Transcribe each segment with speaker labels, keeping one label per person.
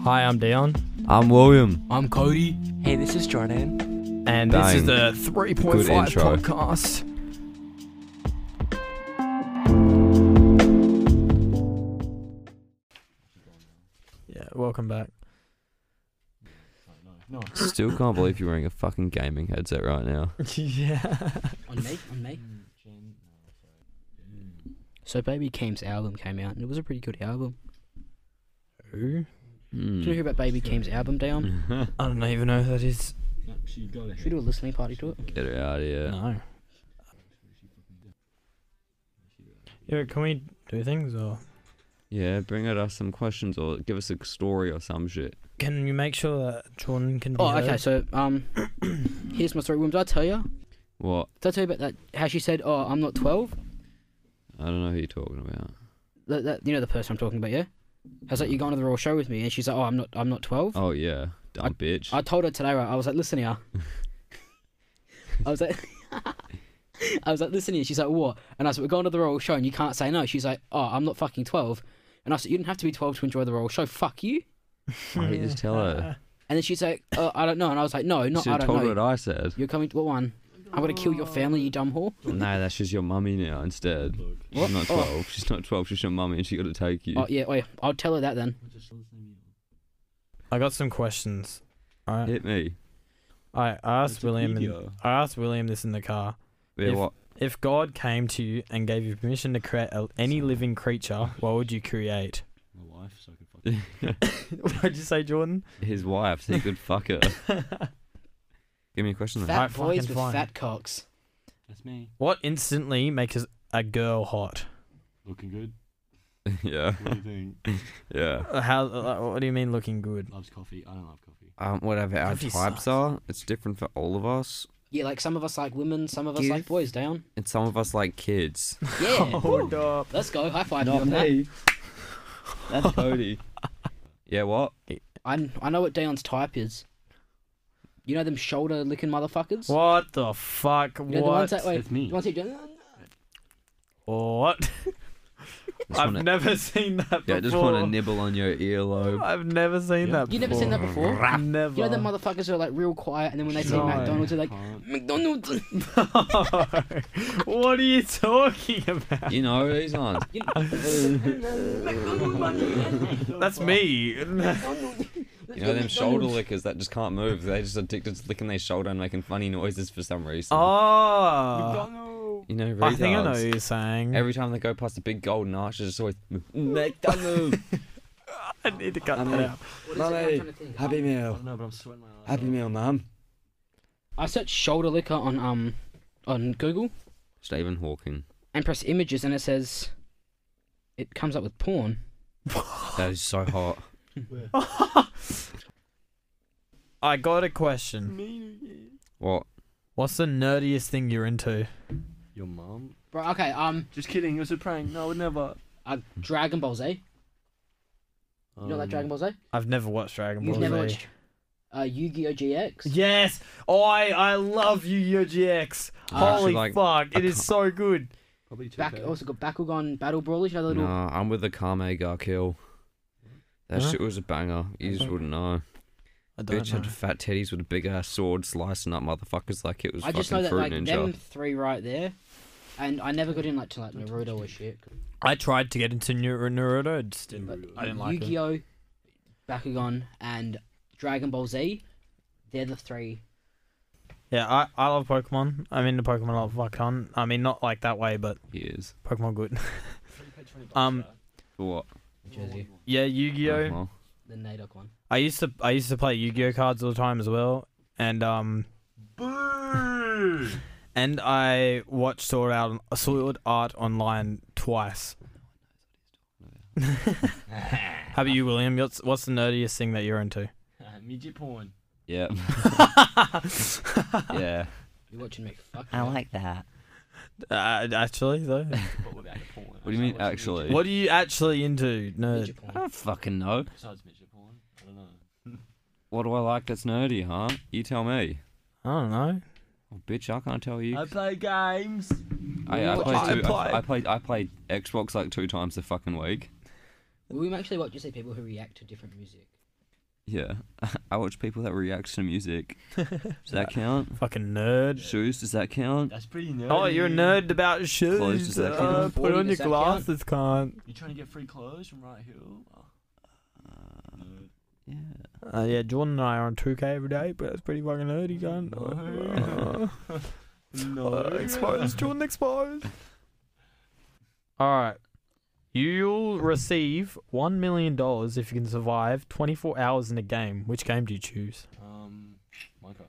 Speaker 1: Hi, I'm Dion,
Speaker 2: I'm William.
Speaker 3: I'm Cody.
Speaker 4: Hey, this is Jordan.
Speaker 1: and this is the 3.5
Speaker 2: Good intro.
Speaker 1: podcast. Yeah, welcome back.
Speaker 2: Still can't believe you're wearing a fucking gaming headset right now.
Speaker 1: yeah.
Speaker 4: On me, on me. So Baby Keem's album came out, and it was a pretty good album.
Speaker 1: Who?
Speaker 4: Did
Speaker 2: Mm.
Speaker 4: you hear about Baby Keem's album, Dion?
Speaker 1: I don't even know who that is.
Speaker 4: Should we do a listening party to it?
Speaker 2: Get her out of here.
Speaker 1: No. Yeah, can we do things or
Speaker 2: Yeah, bring out us some questions or give us a story or some shit.
Speaker 1: can you make sure that Jordan can? Be
Speaker 4: Oh, okay.
Speaker 1: heard?
Speaker 4: So um, here's my story. William, did I tell you?
Speaker 2: What?
Speaker 4: Did I tell you about that? How she said, "Oh, I'm not 12."
Speaker 2: I don't know who you're talking about.
Speaker 4: That, that you know the person I'm talking about, yeah? How's like you going to the Royal Show with me? And she's like, "Oh, I'm not, I'm not 12."
Speaker 2: Oh yeah, dumb bitch.
Speaker 4: I told her today, right? I was like, listen here. I was like, I was like, listen here. She's like, what? And I said, we're going to the Royal Show and you can't say no. She's like, oh, I'm not fucking 12. And I said, you didn't have to be 12 to enjoy the Royal Show. Fuck you.
Speaker 2: Why don't you just tell her?
Speaker 4: And then she's like, uh, I don't know. And I was like, no,
Speaker 2: You
Speaker 4: not,
Speaker 2: should
Speaker 4: I
Speaker 2: have
Speaker 4: don't
Speaker 2: told her
Speaker 4: know.
Speaker 2: what I said.
Speaker 4: You're coming to what one? I'm going to kill your family, you dumb whore.
Speaker 2: no, that's just your mummy now instead.
Speaker 4: What?
Speaker 2: She's not
Speaker 4: Oh.
Speaker 2: twelve. She's not twelve. She's your mummy, and she got to take you.
Speaker 4: Oh, yeah, oh, yeah. I'll tell her that then.
Speaker 1: I got some questions. All right.
Speaker 2: Hit me.
Speaker 1: I asked William. In,
Speaker 2: Wikipedia.
Speaker 1: I asked William this in the car.
Speaker 2: Yeah,
Speaker 1: If-
Speaker 2: what?
Speaker 1: If God came to you and gave you permission to create a, any living creature, what would you create? what did you say, Jordan?
Speaker 2: His wife. So he could fuck her. Give me a question. Then.
Speaker 4: Fat
Speaker 1: Alright,
Speaker 4: boys
Speaker 1: fucking
Speaker 4: with
Speaker 1: fine.
Speaker 4: fat cocks.
Speaker 3: That's me.
Speaker 1: What instantly makes a girl hot?
Speaker 3: Looking good.
Speaker 2: yeah.
Speaker 4: Mm.
Speaker 3: What do you think?
Speaker 2: Yeah.
Speaker 1: How? uh, what do you mean looking good?
Speaker 3: Loves coffee. I don't love coffee.
Speaker 2: Um, whatever our
Speaker 1: Coffee
Speaker 2: types
Speaker 1: sucks.
Speaker 2: are, it's different for all of us.
Speaker 4: Yeah, like some of us like women, some of us
Speaker 2: Give-
Speaker 4: like boys, down.
Speaker 2: And some of us like kids.
Speaker 4: Yeah.
Speaker 1: Hold up.
Speaker 4: Let's go. High five. you on that.
Speaker 2: That's Cody. yeah, what?
Speaker 4: I I know what Dion's type is. You know them shoulder licking motherfuckers.
Speaker 1: What the fuck?
Speaker 4: You know the ones
Speaker 1: What?
Speaker 4: that wait.
Speaker 3: That's me.
Speaker 4: The ones who do-
Speaker 1: What?
Speaker 2: Just
Speaker 1: I've
Speaker 2: wanna-
Speaker 1: never seen that
Speaker 2: yeah,
Speaker 1: before.
Speaker 2: just want to nibble on your earlobe.
Speaker 1: I've never seen
Speaker 3: Yeah.
Speaker 1: that.
Speaker 4: You never seen that before?
Speaker 1: before. Never.
Speaker 4: You know them motherfuckers who are like real quiet, and then when they see
Speaker 1: No.
Speaker 4: McDonald's, they're like
Speaker 3: Can't.
Speaker 4: McDonald's.
Speaker 1: No. what are you talking about?
Speaker 2: You know these ones.
Speaker 4: You know-
Speaker 1: That's me.
Speaker 2: You know them shoulder lickers that just can't move. They're just addicted to licking their shoulder and making funny noises for some reason.
Speaker 1: oh.
Speaker 3: Uh,
Speaker 2: You know, retards.
Speaker 1: Ah. I think I know what you're saying.
Speaker 2: Every time they go past the big golden arch, it's just always McDonald's.
Speaker 1: I need to cut
Speaker 2: I
Speaker 1: that
Speaker 2: mean-
Speaker 1: out.
Speaker 4: What is it? I'm
Speaker 2: Mummy,
Speaker 4: trying to think.
Speaker 2: Happy
Speaker 3: I
Speaker 2: Meal.
Speaker 3: don't know, but I'm sweating my eyes.
Speaker 2: Happy Meal, Mum.
Speaker 4: I searched shoulder liquor on um on Google
Speaker 2: Stephen Hawking.
Speaker 4: and press images, and it says it comes up with porn.
Speaker 2: That is so hot.
Speaker 1: I got a question.
Speaker 2: What?
Speaker 1: What's the nerdiest thing you're into?
Speaker 3: Your mum?
Speaker 4: Bro, okay. Um,
Speaker 3: Just kidding. It was a prank. No, I would never.
Speaker 4: uh, Dragon Ball Z. You know that Dragon Ball Z?
Speaker 1: I've never watched Dragon eh. Ball
Speaker 4: You've never
Speaker 1: Z.
Speaker 4: watched uh, Yu-Gi-Oh GX?
Speaker 1: Yes, oh, I I love Yu Yu GX.
Speaker 4: I
Speaker 1: Holy
Speaker 2: actually like-
Speaker 1: fuck,
Speaker 2: I
Speaker 1: it is
Speaker 2: can't-
Speaker 1: so good.
Speaker 3: Probably two.
Speaker 4: Uh, Back also got Bakugan Battle Brawlers. You know the little
Speaker 2: Nah, I'm with the Kame Ga Kill. That
Speaker 1: Huh?
Speaker 2: shit was a banger. You just
Speaker 1: Okay.
Speaker 2: wouldn't know.
Speaker 1: I don't
Speaker 2: Bitch had fat titties with a big ass sword slicing up motherfuckers like it was
Speaker 4: I
Speaker 2: fucking
Speaker 4: just know that
Speaker 2: fruit
Speaker 4: like
Speaker 2: ninja.
Speaker 4: them three right there, and I never got in like to like Naruto or shit.
Speaker 1: I tried to get into Nar- Naruto, it just didn't.
Speaker 4: But
Speaker 1: I didn't like it.
Speaker 4: Yu-Gi-Oh, Bakugan, and Dragon Ball Z, they're the three.
Speaker 1: Yeah, I, I love Pokemon. I'm into Pokemon a lot. Fuck on. I mean, not like that way, but
Speaker 2: He is.
Speaker 1: Pokemon good. um,
Speaker 2: For what?
Speaker 4: Jersey,
Speaker 1: yeah, Yu Gi Oh.
Speaker 2: Well,
Speaker 4: the Nadok one.
Speaker 1: I used to I used to play Yu Gi Oh cards all the time as well, and um,
Speaker 3: Boo!
Speaker 1: and I watched Sword Art Sword Art Online twice. How about you, William? What's what's the nerdiest thing that you're into?
Speaker 3: Uh, Midget porn.
Speaker 2: Yeah. yeah.
Speaker 4: You're watching me. Fuck.
Speaker 5: I
Speaker 4: no.
Speaker 5: like that.
Speaker 1: Uh, actually, though,
Speaker 3: But without the porn.
Speaker 2: What do you mean actually?
Speaker 1: what are you actually into, nerd?
Speaker 4: Ninja
Speaker 2: I
Speaker 4: porn.
Speaker 2: don't fucking know.
Speaker 3: Besides midget porn. I don't know.
Speaker 2: What do I like that's nerdy, huh? You tell me.
Speaker 1: I don't know.
Speaker 2: Oh, bitch, I can't tell you.
Speaker 3: play games.
Speaker 2: I, I,
Speaker 4: What
Speaker 2: play
Speaker 4: do I
Speaker 2: two,
Speaker 1: play?
Speaker 2: I, I play I play Xbox like two times a fucking week.
Speaker 4: We actually watch to see people who react to different music.
Speaker 2: Yeah. I watch people that react to music. Does that count?
Speaker 1: Fucking nerd.
Speaker 2: Shoes, does that count?
Speaker 3: That's pretty nerdy.
Speaker 1: Oh, you're a nerd about shoes.
Speaker 2: does that count?
Speaker 1: Uh, put on
Speaker 4: Forty,
Speaker 1: your
Speaker 4: does that count?
Speaker 1: glasses, can't.
Speaker 3: You trying to get free clothes from Right Hill? Oh,
Speaker 2: Uh,
Speaker 3: nerd.
Speaker 2: yeah.
Speaker 1: Uh, yeah, Jordan and I are on 2K every day, but it's pretty fucking nerdy, can't.
Speaker 3: No.
Speaker 1: Uh,
Speaker 3: No.
Speaker 1: uh, exposed, Jordan exposed. All right. You'll receive $1 million if you can survive 24 hours in a game. Which game do you choose?
Speaker 3: Um, Minecraft.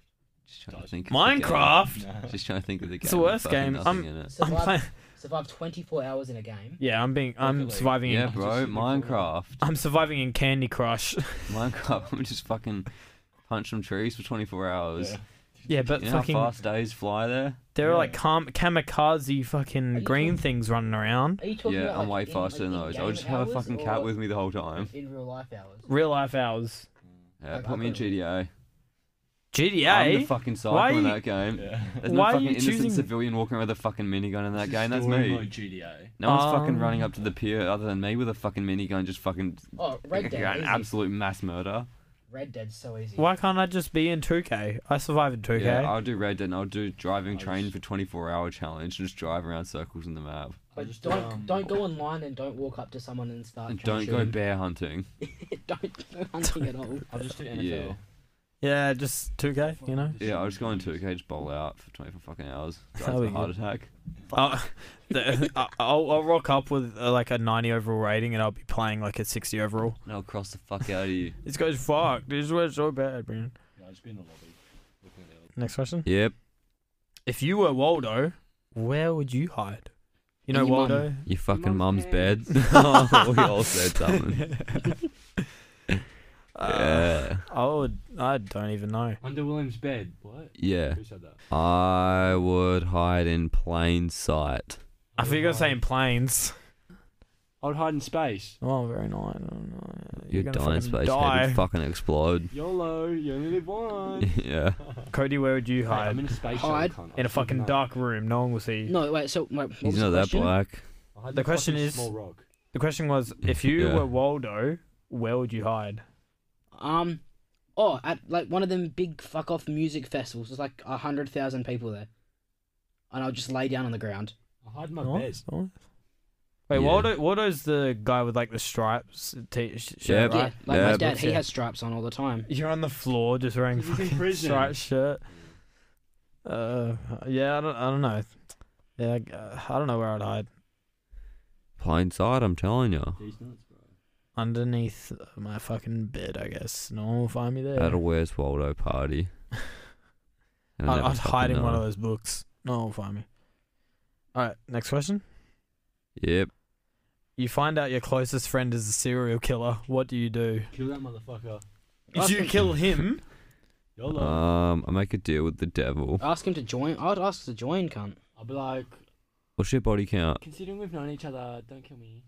Speaker 2: Just trying to think of the game.
Speaker 1: Minecraft?
Speaker 3: Nah.
Speaker 2: Just trying to think of the game.
Speaker 1: It's the
Speaker 2: with
Speaker 1: worst
Speaker 2: fucking
Speaker 1: game.
Speaker 2: nothing
Speaker 1: I'm-
Speaker 2: in it.
Speaker 1: I'm playing.
Speaker 4: survive 24 hours in a game.
Speaker 1: Yeah, I'm being. I'm
Speaker 3: Definitely.
Speaker 1: surviving.
Speaker 2: Yeah,
Speaker 1: In,
Speaker 2: bro. Minecraft.
Speaker 1: I'm surviving in Candy Crush.
Speaker 2: Minecraft. I'm just fucking punch some trees for 24 hours.
Speaker 3: Yeah.
Speaker 1: yeah, but
Speaker 2: You know
Speaker 1: fucking.
Speaker 2: how fast days fly there?
Speaker 1: There are
Speaker 3: Yeah.
Speaker 1: like kam- kamikaze
Speaker 4: Are
Speaker 1: fucking
Speaker 4: you
Speaker 1: green
Speaker 4: talking-
Speaker 1: things running around.
Speaker 4: Are you talking
Speaker 2: Yeah,
Speaker 4: about
Speaker 2: I'm
Speaker 4: like,
Speaker 2: way
Speaker 4: in-
Speaker 2: faster
Speaker 4: like,
Speaker 2: than
Speaker 4: in
Speaker 2: those.
Speaker 4: game
Speaker 2: I'll just have a
Speaker 4: hours
Speaker 2: fucking
Speaker 4: or
Speaker 2: cat with me the whole time.
Speaker 4: In real life hours.
Speaker 1: Real life hours.
Speaker 2: Yeah,
Speaker 4: Like,
Speaker 2: put me in
Speaker 4: I've got-
Speaker 2: GTA. I'm the
Speaker 1: GDA.
Speaker 2: fucking cycle
Speaker 1: Why
Speaker 2: in
Speaker 1: you-
Speaker 2: that game.
Speaker 3: Yeah.
Speaker 2: There's no
Speaker 1: Why are
Speaker 2: fucking
Speaker 1: you
Speaker 2: innocent
Speaker 1: choosing-
Speaker 2: civilian walking around with a fucking minigun in that game. That's
Speaker 3: Story
Speaker 2: me.
Speaker 3: mode GDA.
Speaker 2: No one's fucking
Speaker 1: Um,
Speaker 2: running up to the pier other than me with a fucking minigun, just fucking
Speaker 4: Oh, Red Dead.
Speaker 2: an
Speaker 4: easy.
Speaker 2: absolute mass murder.
Speaker 4: Red Dead's so easy.
Speaker 1: Why can't I just be in 2K? I survive in 2K.
Speaker 2: Yeah, I'll do Red Dead and I'll do driving
Speaker 3: I
Speaker 2: train
Speaker 3: just-
Speaker 2: for 24 hour challenge and just drive around circles in the map.
Speaker 3: I
Speaker 4: But
Speaker 3: just,
Speaker 4: don't
Speaker 3: um,
Speaker 4: don't go online and don't walk up to someone and start.
Speaker 2: And
Speaker 4: trying
Speaker 2: don't
Speaker 4: to
Speaker 2: go
Speaker 4: shoot
Speaker 2: bear hunting.
Speaker 4: them. don't go hunting at all.
Speaker 3: I'll just do NFL.
Speaker 2: Yeah.
Speaker 1: Yeah, just 2K, you know?
Speaker 2: Yeah, I'll just go in 2K, just bowl out for 24 fucking hours. Drive
Speaker 1: That'll
Speaker 2: to a
Speaker 1: be
Speaker 2: heart attack.
Speaker 1: I'll, the- I- I'll, I'll rock up with uh, like a 90 overall rating and I'll be playing like a 60 overall.
Speaker 2: And I'll cross the fuck out of you.
Speaker 1: This goes fucked. This was so bad, man.
Speaker 3: No, I'll just be in the lobby. Looking at the
Speaker 1: Next question.
Speaker 2: Yep.
Speaker 1: If you were Waldo, where would you hide? You
Speaker 4: In
Speaker 1: know
Speaker 4: your mum.
Speaker 1: Waldo?
Speaker 2: Your fucking mum's
Speaker 4: mum's
Speaker 2: bed.
Speaker 4: bed.
Speaker 2: we all said something. Ah.
Speaker 1: Uh,
Speaker 2: Yeah.
Speaker 1: I would. I don't even know.
Speaker 3: Under William's bed. What?
Speaker 2: Yeah.
Speaker 3: Who said that?
Speaker 2: I would hide in plain sight.
Speaker 1: I thought you were gonna say in planes.
Speaker 3: I would hide in space.
Speaker 1: Oh, very nice. I don't know.
Speaker 2: You'd
Speaker 1: gonna
Speaker 2: die in
Speaker 1: fucking
Speaker 2: space,
Speaker 1: die.
Speaker 2: head would fucking explode.
Speaker 3: YOLO, you only live once.
Speaker 2: yeah.
Speaker 1: Cody, where would you
Speaker 3: Hey, I'm
Speaker 1: hide?
Speaker 3: in a space
Speaker 4: Hide.
Speaker 3: shuttle, cunt.
Speaker 1: In
Speaker 3: I'm
Speaker 1: a fucking
Speaker 3: fucking
Speaker 1: dark room. No one will see. you.
Speaker 4: No, wait. So wait, what was
Speaker 2: He's
Speaker 4: the
Speaker 2: not that
Speaker 4: question?
Speaker 2: black.
Speaker 3: I hide in
Speaker 1: The
Speaker 3: a
Speaker 1: question
Speaker 3: fucking
Speaker 1: is-
Speaker 3: Small rock.
Speaker 1: The question was, if you
Speaker 2: Yeah.
Speaker 1: were Waldo, where would you hide?
Speaker 4: Um, oh, at like one of them big fuck off music festivals. There's like a hundred thousand people there, and I'll just lay down on the ground.
Speaker 3: I hide in my bed.
Speaker 1: Nice, nice. Wait,
Speaker 2: Yeah.
Speaker 1: Waldo. Waldo's the guy with like the stripes. T- sh- shirt,
Speaker 2: Yep.
Speaker 1: right?
Speaker 4: Yeah, like
Speaker 2: Yeah,
Speaker 4: my dad,
Speaker 1: but-
Speaker 4: he has stripes on all the time.
Speaker 1: You're on the floor just wearing
Speaker 3: He's in
Speaker 1: fucking
Speaker 3: prison.
Speaker 1: striped shirt. Uh, yeah, I don't, I don't know. Yeah, I- uh, I don't know where I'd hide.
Speaker 2: Plain sight, I'm telling you.
Speaker 3: These nuts, bro.
Speaker 1: Underneath my fucking bed, I guess. No one will find me there.
Speaker 2: At a Where's Waldo party. And I
Speaker 1: I'd,
Speaker 2: never
Speaker 1: I'd
Speaker 2: fucking
Speaker 1: hide in one
Speaker 2: know.
Speaker 1: of those books. No one will find me. All right, next question.
Speaker 2: Yep.
Speaker 1: You find out your closest friend is a serial killer. What do you do?
Speaker 3: Kill that motherfucker.
Speaker 4: Ask
Speaker 1: you
Speaker 4: him-
Speaker 1: kill him?
Speaker 3: YOLO.
Speaker 2: Um, I make a deal with the devil.
Speaker 1: Uh.
Speaker 4: Ask him to join. I'd ask to join, cunt.
Speaker 3: I'll be like,
Speaker 2: What's your body count?
Speaker 3: considering we've known each other, don't kill me.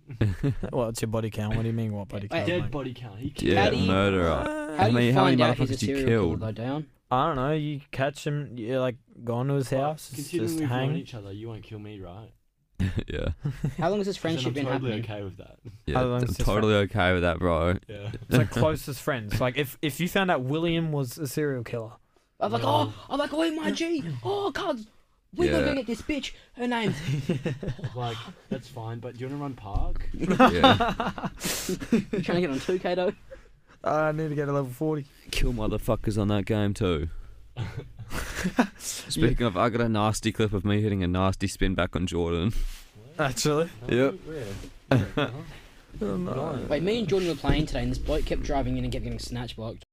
Speaker 1: well, it's your body count. What do you mean, what body
Speaker 4: Wait,
Speaker 1: count?
Speaker 3: Dead
Speaker 1: mate?
Speaker 3: body count. He killed
Speaker 2: yeah,
Speaker 4: do you-
Speaker 2: murderer.
Speaker 1: Uh,
Speaker 4: How
Speaker 2: I
Speaker 4: do
Speaker 2: mean,
Speaker 4: you
Speaker 2: how many
Speaker 4: find out he's a
Speaker 2: motherfuckers you
Speaker 4: serial
Speaker 2: killed?
Speaker 4: killer though, Down?
Speaker 1: I don't know. You catch him. You like go into his house.
Speaker 3: Considering
Speaker 1: Just
Speaker 3: we've known
Speaker 1: hang.
Speaker 3: each other, you won't kill me, right?
Speaker 2: yeah.
Speaker 4: How long has this
Speaker 3: 'Cause then
Speaker 4: friendship been
Speaker 3: I'm totally
Speaker 4: happening?
Speaker 3: okay with that.
Speaker 2: Yeah.
Speaker 1: long as
Speaker 2: I'm
Speaker 1: it's just
Speaker 2: totally okay with that, bro.
Speaker 3: Yeah.
Speaker 1: It's like closest friends. Like if if you found out William was a serial killer.
Speaker 4: I'm like,
Speaker 3: No.
Speaker 4: oh, I'm like, oh my G, oh cuz, we
Speaker 2: Yeah.
Speaker 4: gonna go get this bitch. Her name's
Speaker 3: like, that's fine, but do you want to run park?
Speaker 2: Yeah.
Speaker 4: You trying to get on 2K though.
Speaker 1: I need to get a level forty.
Speaker 2: Kill motherfuckers on that game too. Speaking of, I got a nasty clip of me hitting a nasty spin back on Jordan.
Speaker 1: Actually,
Speaker 2: Yep.
Speaker 3: Where?
Speaker 4: Wait, me and Jordan were playing today, and this bloke kept driving in and kept getting snatch blocked.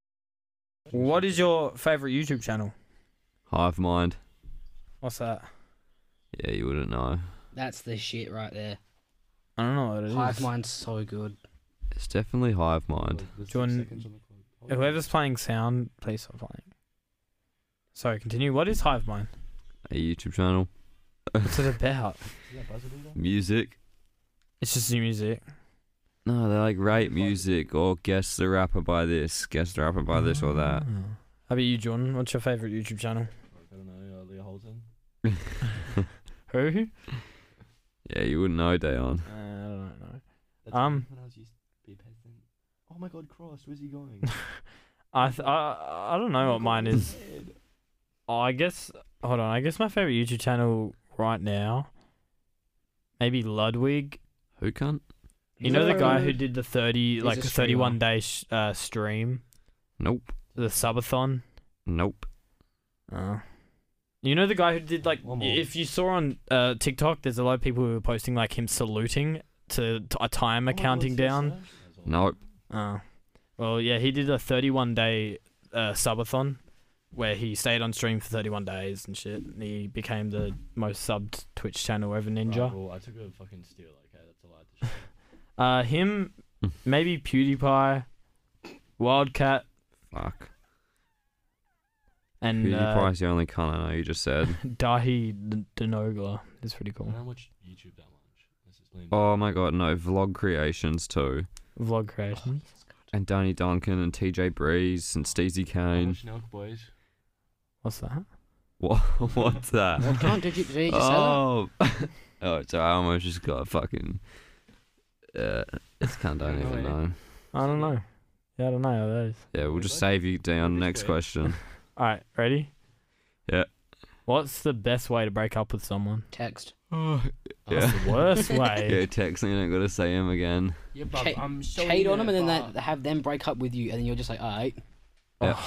Speaker 1: what is your favorite YouTube channel?
Speaker 2: Hive mind.
Speaker 1: What's that?
Speaker 2: Yeah, you wouldn't know.
Speaker 4: That's the shit right there.
Speaker 1: I don't know what it is.
Speaker 4: Hive mind's so good.
Speaker 2: It's definitely hive mind.
Speaker 1: Jordan- Uh, Whoever's playing sound, please stop playing. Sorry, continue. What is Hive Mind?
Speaker 2: A YouTube channel.
Speaker 1: What's it about?
Speaker 2: Music.
Speaker 1: It's just new music.
Speaker 2: No, they like rate music or guess the rapper by this, guess the rapper by this or that.
Speaker 1: How about you, Jordan? What's your favorite YouTube channel?
Speaker 3: I don't know, uh, Leah Holton.
Speaker 1: Who?
Speaker 2: Yeah, you wouldn't know, Dayon.
Speaker 1: Uh, I don't know.
Speaker 3: That's
Speaker 1: Um.
Speaker 3: when I was used to be a peasant. Oh my god, Cross, where's he going?
Speaker 1: I th- I I don't know what mine is. Oh, I guess hold on. I guess my favorite YouTube channel right now, maybe Ludwig.
Speaker 2: Who can't?
Speaker 1: You know the guy who
Speaker 4: Ludwig.
Speaker 1: did the thirty
Speaker 4: He's
Speaker 1: like
Speaker 4: a
Speaker 1: the
Speaker 4: streamer.
Speaker 1: thirty one day sh- uh, stream,
Speaker 2: Nope.
Speaker 1: the subathon.
Speaker 2: Nope.
Speaker 1: Uh. You know the guy who did like
Speaker 3: One more.
Speaker 1: if you saw on uh, TikTok, there's a lot of people who were posting like him saluting to, to a timer
Speaker 3: Oh
Speaker 1: counting down.
Speaker 2: Nope.
Speaker 1: Uh, well, yeah, he did a 31 day uh, subathon where he stayed on stream for 31 days and shit. And he became the most subbed Twitch channel ever, Ninja.
Speaker 3: Right, well, I took a fucking steal. Okay, that's a lie. To shit.
Speaker 1: Uh, him, maybe PewDiePie, Wildcat,
Speaker 2: Fuck.
Speaker 1: and
Speaker 2: Who's your
Speaker 1: uh,
Speaker 2: price? You only can't. I know you just said.
Speaker 1: Dahi D- Denogla. It's pretty
Speaker 3: I
Speaker 1: cool.
Speaker 3: don't know much YouTube that much. This is lame.
Speaker 2: Oh my god, no. Vlog creations too,
Speaker 1: Vlog creation.
Speaker 2: and Danny Duncan and T.J. Breeze and Steezy
Speaker 3: How
Speaker 2: Kane.
Speaker 3: much Nelk boys?
Speaker 1: What's that?
Speaker 2: What? What's that?
Speaker 4: Can't did you, did you just say that?
Speaker 2: Oh. oh, so I almost just got a fucking. Uh, it's can't. I don't
Speaker 3: Oh,
Speaker 2: even
Speaker 3: yeah.
Speaker 2: know.
Speaker 1: I don't know. Yeah, I don't know how that is.
Speaker 2: Yeah, we'll
Speaker 3: Wait,
Speaker 2: just
Speaker 3: what?
Speaker 2: save you down. Next
Speaker 3: good.
Speaker 2: question.
Speaker 1: All right, ready?
Speaker 2: Yeah.
Speaker 1: What's the best way to break up with someone?
Speaker 4: Text.
Speaker 2: Yeah.
Speaker 1: That's the worst way.
Speaker 2: Yeah, text me. I gotta say him again.
Speaker 3: Yeah,
Speaker 4: bub, Cha-
Speaker 3: I'm so
Speaker 4: Hate on them and then that, have them break up with you, and then you're just like, alright.
Speaker 1: That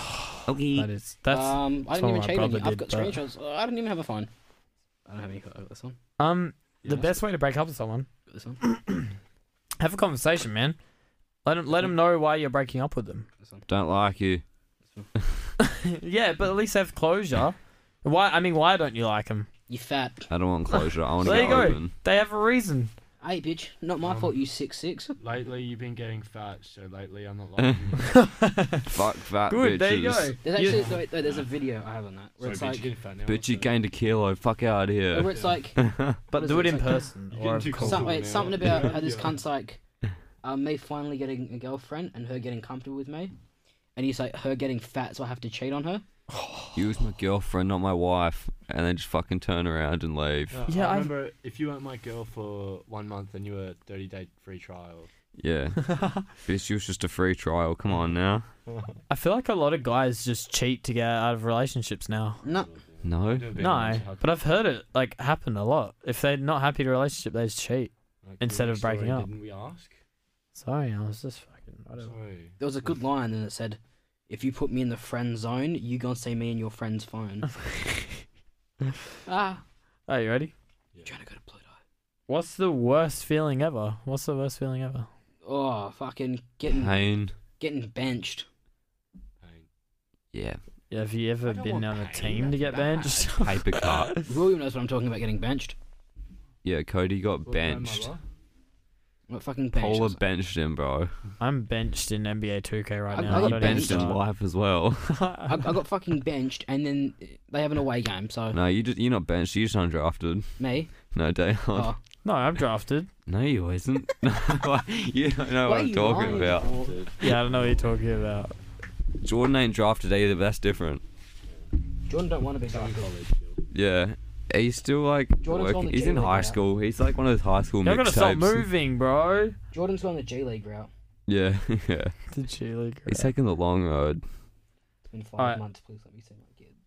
Speaker 2: Okay.
Speaker 1: is that's
Speaker 4: um, I
Speaker 1: that's what
Speaker 4: didn't even
Speaker 1: my
Speaker 4: cheat on
Speaker 1: brother
Speaker 4: you. I've
Speaker 1: did,
Speaker 4: got
Speaker 1: but-
Speaker 4: screenshots. Uh, I don't even have a phone. I don't have any. I've got this one.
Speaker 1: um the
Speaker 3: Yeah.
Speaker 1: best way to break up with someone.
Speaker 4: I've got this one.
Speaker 1: Have a conversation, man. Let them let them know why you're breaking up with them.
Speaker 4: This one.
Speaker 2: Don't like you.
Speaker 1: yeah, but at least have closure. Why? I mean, why don't you like them?
Speaker 4: You fat.
Speaker 2: I don't want closure. I want to
Speaker 1: There
Speaker 2: be
Speaker 1: you go.
Speaker 2: open.
Speaker 1: They have a reason.
Speaker 4: Hey, bitch. Not
Speaker 1: Oh.
Speaker 4: my
Speaker 3: Um,
Speaker 4: fault. You six six.
Speaker 3: Lately, you've been getting fat, so lately I'm
Speaker 2: Mm.
Speaker 3: not liking you.
Speaker 2: Fuck fat bitches.
Speaker 1: Good. There you go.
Speaker 4: There's
Speaker 1: You-
Speaker 4: actually wait, wait, there's a video I have on that where
Speaker 3: Sorry,
Speaker 4: it's
Speaker 3: bitch, you're
Speaker 4: like
Speaker 3: getting fat now.
Speaker 2: Bitch, you
Speaker 3: so-
Speaker 2: gained a kilo. Fuck out here.
Speaker 4: where it's like
Speaker 1: but
Speaker 4: what
Speaker 1: do it
Speaker 4: is it?
Speaker 1: in
Speaker 4: It's like-
Speaker 1: person.
Speaker 3: You're
Speaker 1: or
Speaker 3: getting
Speaker 1: over
Speaker 3: too
Speaker 1: call.
Speaker 4: some,
Speaker 3: comfortable
Speaker 4: wait,
Speaker 3: now.
Speaker 4: something about how this
Speaker 3: Yeah.
Speaker 4: cunt's like um, me finally getting a girlfriend and her getting comfortable with me, and he's like her getting fat, so I have to cheat on her.
Speaker 2: you was my girlfriend, not my wife. And then just fucking turn around and leave.
Speaker 3: No,
Speaker 1: Yeah,
Speaker 3: I
Speaker 1: I've-
Speaker 3: remember if you weren't my girl for one month, then you were a 30 day free trial.
Speaker 2: Yeah. Bitch, you was just a free trial. Come on now.
Speaker 1: I feel like a lot of guys just cheat to get out of relationships now.
Speaker 4: No,
Speaker 2: No.
Speaker 1: No, but I've heard it like happen a lot. If they're not happy in a relationship, they just cheat. instead of breaking up.
Speaker 3: Didn't we ask?
Speaker 1: Sorry, I was just fucking. I don't.
Speaker 3: Sorry.
Speaker 4: there was a good line and it said, "If you put me in the friend zone, you gonna say me in your friend's phone." ah,
Speaker 1: Are you ready?
Speaker 4: trying to go to Pluto.
Speaker 1: What's the worst feeling ever? What's the worst feeling ever?
Speaker 4: Oh, fucking getting
Speaker 2: Pain.
Speaker 4: getting benched.
Speaker 3: Pain.
Speaker 2: Yeah.
Speaker 1: Yeah, Have you ever
Speaker 3: I don't
Speaker 1: been
Speaker 3: want
Speaker 1: on a
Speaker 3: pain,
Speaker 1: team to
Speaker 3: that's
Speaker 1: get
Speaker 3: bad.
Speaker 1: benched?
Speaker 2: Paper cut.
Speaker 4: William knows what I'm talking about. Getting benched.
Speaker 2: Yeah, Cody got
Speaker 3: What time,
Speaker 2: benched.
Speaker 3: Mother?
Speaker 4: I'm not fucking benched.
Speaker 2: Paula benched him, bro.
Speaker 1: I'm benched in NBA 2K right
Speaker 4: I-
Speaker 1: now.
Speaker 4: I
Speaker 1: I
Speaker 4: got
Speaker 1: don't even
Speaker 2: benched in
Speaker 1: start.
Speaker 2: life as well.
Speaker 4: I, I got fucking benched, and then they have an away game. So
Speaker 2: no, you just, you're not benched. You're just undrafted.
Speaker 4: me,
Speaker 2: No, Dayon.
Speaker 4: oh,
Speaker 1: No, I'm drafted.
Speaker 2: No, you isn't. No, you don't know
Speaker 4: Why
Speaker 2: what
Speaker 4: are
Speaker 2: I'm
Speaker 4: you
Speaker 2: talking
Speaker 4: lying?
Speaker 2: about.
Speaker 3: Dude,
Speaker 1: Yeah, I don't know what you're talking about.
Speaker 2: Jordan ain't drafted either, but that's different.
Speaker 4: Jordan don't want to be
Speaker 3: I'm in
Speaker 4: drafted.
Speaker 3: college.
Speaker 2: Yeah. He's still like
Speaker 4: Jordan's on
Speaker 2: working.
Speaker 4: the
Speaker 2: He's
Speaker 4: G
Speaker 2: in
Speaker 4: League
Speaker 2: high
Speaker 4: now.
Speaker 2: school. He's like one of those high school
Speaker 1: You're gonna stop
Speaker 2: mixtapes.
Speaker 1: moving, bro.
Speaker 4: Jordan's going the G League route.
Speaker 2: Yeah, yeah.
Speaker 1: The G League.
Speaker 2: He's
Speaker 1: right.
Speaker 2: taking the long road.
Speaker 4: It's been five
Speaker 1: Alright.
Speaker 4: months. Please let me see my kids.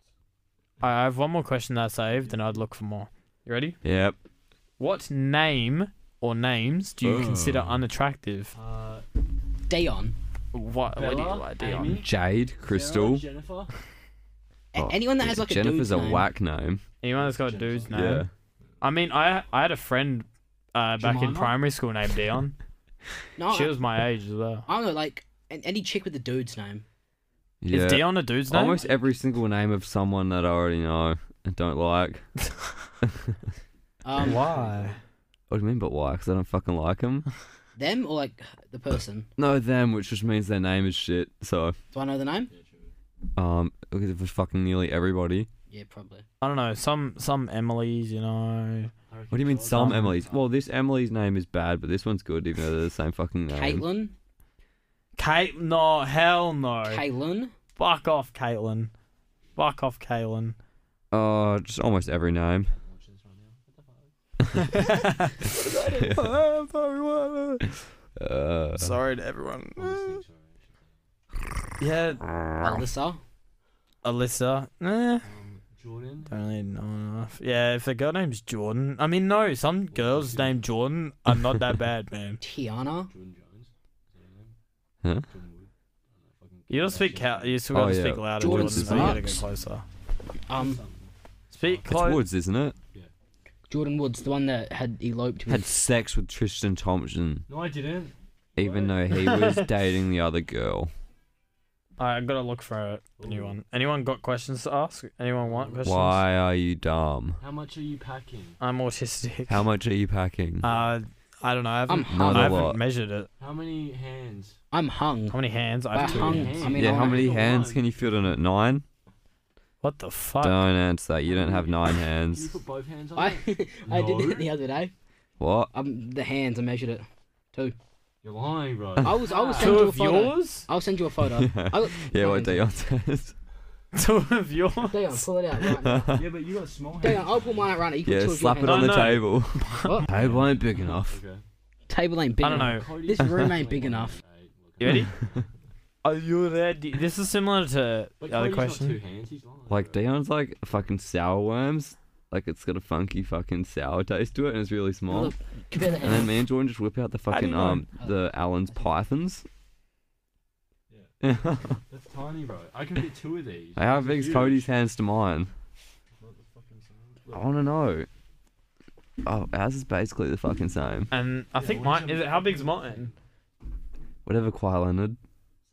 Speaker 1: I I have one more question that I saved, and I'd look for more. You ready?
Speaker 2: Yep.
Speaker 1: What name or names do you
Speaker 2: Oh.
Speaker 1: consider unattractive?
Speaker 3: Uh,
Speaker 4: Dion.
Speaker 1: What? what do you
Speaker 3: Bella,
Speaker 1: like, Dion?
Speaker 3: Amy?
Speaker 2: Jade, Crystal.
Speaker 3: Sarah, Jennifer.
Speaker 4: A-
Speaker 2: Oh,
Speaker 4: Anyone that has like
Speaker 2: Jennifer's
Speaker 4: a
Speaker 2: a,
Speaker 4: dude's name.
Speaker 2: whack name.
Speaker 1: Anyone that's got a dude's name?
Speaker 3: Jennifer.
Speaker 2: Yeah.
Speaker 1: I mean, I I had a friend uh, back in
Speaker 3: Jemima?
Speaker 1: primary school named Dion.
Speaker 4: No,
Speaker 1: she
Speaker 4: I,
Speaker 1: was my age as well.
Speaker 4: I don't know, like an- any chick with a dude's name.
Speaker 2: Yeah.
Speaker 1: Is Dion a dude's name?
Speaker 2: Almost every single name of someone that I already know and don't like.
Speaker 4: Um,
Speaker 1: Why?
Speaker 2: What do you mean, but why? Because I don't fucking like them?
Speaker 4: them or like the person.
Speaker 2: No, them, which just means their name is shit. So,
Speaker 4: Do I know the name?
Speaker 2: um, look at fucking nearly everybody.
Speaker 4: Yeah, probably.
Speaker 1: I don't know. Some some Emily's, you know.
Speaker 3: I reckon
Speaker 2: What do you mean
Speaker 3: Charles
Speaker 2: some
Speaker 3: Manson.
Speaker 2: Emily's? Well, this Emily's name is bad, but this one's good, even though they're the same fucking name.
Speaker 4: Caitlin.
Speaker 1: Kate? No, hell no.
Speaker 4: Caitlin.
Speaker 1: Fuck off, Caitlin. Fuck off, Caitlin.
Speaker 2: Oh, just almost every name.
Speaker 1: Uh,
Speaker 2: Uh,
Speaker 1: Sorry to everyone. Uh.
Speaker 3: Honestly, sorry.
Speaker 1: Yeah,
Speaker 4: Alyssa.
Speaker 1: Alyssa. Eh,
Speaker 3: Um, Jordan.
Speaker 1: don't really know enough. Yeah, if a girl name's Jordan, I mean, no, some girls named Jordan are not that bad, man.
Speaker 4: Tiana.
Speaker 3: Jordan Jones. Is that his name?
Speaker 2: Huh?
Speaker 3: Jordan Wood. I don't know, fucking-
Speaker 1: You don't speak cow. You still
Speaker 2: Oh,
Speaker 1: gotta
Speaker 2: yeah.
Speaker 1: speak louder, Jordan.
Speaker 4: Jordan
Speaker 1: so you gotta get
Speaker 4: sucks.
Speaker 1: closer.
Speaker 4: Um,
Speaker 1: Speak
Speaker 2: It's
Speaker 1: close.
Speaker 2: Woods, isn't it?
Speaker 4: Jordan Woods, the one that had eloped with.
Speaker 2: Had sex with Tristan Thompson,
Speaker 3: No, I didn't.
Speaker 2: even though he was dating the other girl.
Speaker 1: Alright, I gotta look for a new one. Anyone got questions to ask? Anyone want questions?
Speaker 2: Why are you dumb?
Speaker 3: How much are you packing?
Speaker 1: I'm autistic.
Speaker 2: How much are you packing?
Speaker 1: Uh, I don't know. I
Speaker 4: I'm
Speaker 1: haven't,
Speaker 4: hung.
Speaker 2: Not
Speaker 1: I
Speaker 2: a
Speaker 1: haven't
Speaker 2: lot.
Speaker 1: measured it.
Speaker 3: How many hands?
Speaker 4: I'm hung.
Speaker 1: How many hands? I
Speaker 4: By
Speaker 1: have two.
Speaker 4: hung,
Speaker 1: hands.
Speaker 4: I mean,
Speaker 2: yeah,
Speaker 4: I
Speaker 2: how
Speaker 4: wanna
Speaker 2: many
Speaker 3: go
Speaker 2: hands
Speaker 3: one.
Speaker 2: can you fit on it? Nine?
Speaker 1: What the fuck?
Speaker 2: Don't answer that. You don't have nine
Speaker 3: Can you
Speaker 2: hands.
Speaker 3: put both hands on
Speaker 4: I,
Speaker 3: it?
Speaker 4: I did it
Speaker 3: No.
Speaker 4: the other day.
Speaker 2: What?
Speaker 4: Um, the hands. I measured it.
Speaker 3: You're lying, bro.
Speaker 4: I was. I was
Speaker 3: Ah.
Speaker 1: Two
Speaker 4: send you a
Speaker 1: of
Speaker 4: photo.
Speaker 1: yours?
Speaker 4: I'll send you a photo. I
Speaker 2: yeah,
Speaker 4: got-
Speaker 2: yeah what
Speaker 4: fucking-
Speaker 2: Dion says.
Speaker 1: Two of yours?
Speaker 4: Dayon, pull it out. Right now.
Speaker 3: yeah, but you got small
Speaker 4: Dayon,
Speaker 3: hands.
Speaker 4: I'll pull mine out right now. You can
Speaker 2: Yeah,
Speaker 4: two of your
Speaker 2: slap it
Speaker 4: hands.
Speaker 2: on
Speaker 1: No,
Speaker 2: the
Speaker 1: no.
Speaker 2: table.
Speaker 4: What?
Speaker 2: table ain't big enough.
Speaker 3: Okay.
Speaker 4: Table ain't big.
Speaker 1: I don't
Speaker 4: enough.
Speaker 1: know.
Speaker 3: Cody's
Speaker 4: This room ain't
Speaker 3: definitely
Speaker 4: big
Speaker 3: one
Speaker 4: enough.
Speaker 3: hand, right? Look
Speaker 1: You
Speaker 3: at
Speaker 1: ready?
Speaker 3: him.
Speaker 1: Are you ready? This is similar to
Speaker 3: But
Speaker 1: the other
Speaker 3: Cody's got
Speaker 1: question.
Speaker 3: two hands, he's lying,
Speaker 2: Like
Speaker 3: bro.
Speaker 2: Dion's like fucking sour worms. Like it's got a funky fucking sour taste to it, and it's really small.
Speaker 4: Look, compare the
Speaker 2: And then
Speaker 4: hands.
Speaker 2: me and Jordan just whip out the
Speaker 1: do you
Speaker 2: fucking
Speaker 1: know?
Speaker 2: um the Allen's pythons.
Speaker 3: That's tiny, bro. I can fit two of these.
Speaker 2: How
Speaker 3: These are
Speaker 2: big's
Speaker 3: huge.
Speaker 2: Cody's hands to mine? I want to know. Oh, ours is basically the fucking same.
Speaker 1: And I think
Speaker 3: what is
Speaker 1: mine.
Speaker 3: it?
Speaker 1: Is it, how big's mine?
Speaker 2: Whatever, Quai Leonard.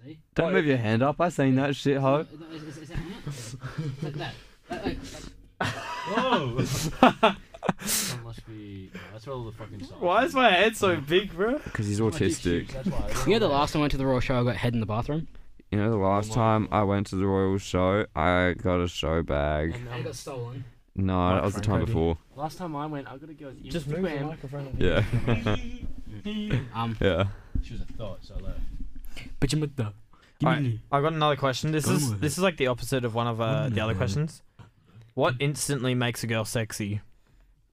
Speaker 4: See?
Speaker 2: Don't move your hand up. I seen that shit, ho.
Speaker 4: Is, is, is that it? Is that- that- that- like-
Speaker 3: Whoa! that must be. no, that's where all the fucking size.
Speaker 1: Why is my head so big, bro?
Speaker 2: Because he's
Speaker 3: My dick's
Speaker 2: autistic.
Speaker 3: huge, that's why. I don't
Speaker 4: You know the
Speaker 3: know.
Speaker 4: last time I went to the Royal Show, I got head in the bathroom.
Speaker 2: You know, the last
Speaker 3: my
Speaker 2: time I went to the Royal Show, I got a show bag.
Speaker 3: And, um,
Speaker 4: stolen.
Speaker 2: No, that was the time
Speaker 1: Microphone,
Speaker 2: before.
Speaker 3: last time I went, I gotta go. with Instagram.
Speaker 1: microphone.
Speaker 2: Yeah.
Speaker 4: Um,
Speaker 2: yeah.
Speaker 3: She was a thought, so I left.
Speaker 4: but you the.
Speaker 1: Alright, I got another question. This
Speaker 4: Go
Speaker 1: is
Speaker 4: with
Speaker 1: this is like the opposite of one of uh,
Speaker 2: Go
Speaker 1: the other
Speaker 2: with it.
Speaker 1: questions. What instantly makes a girl sexy?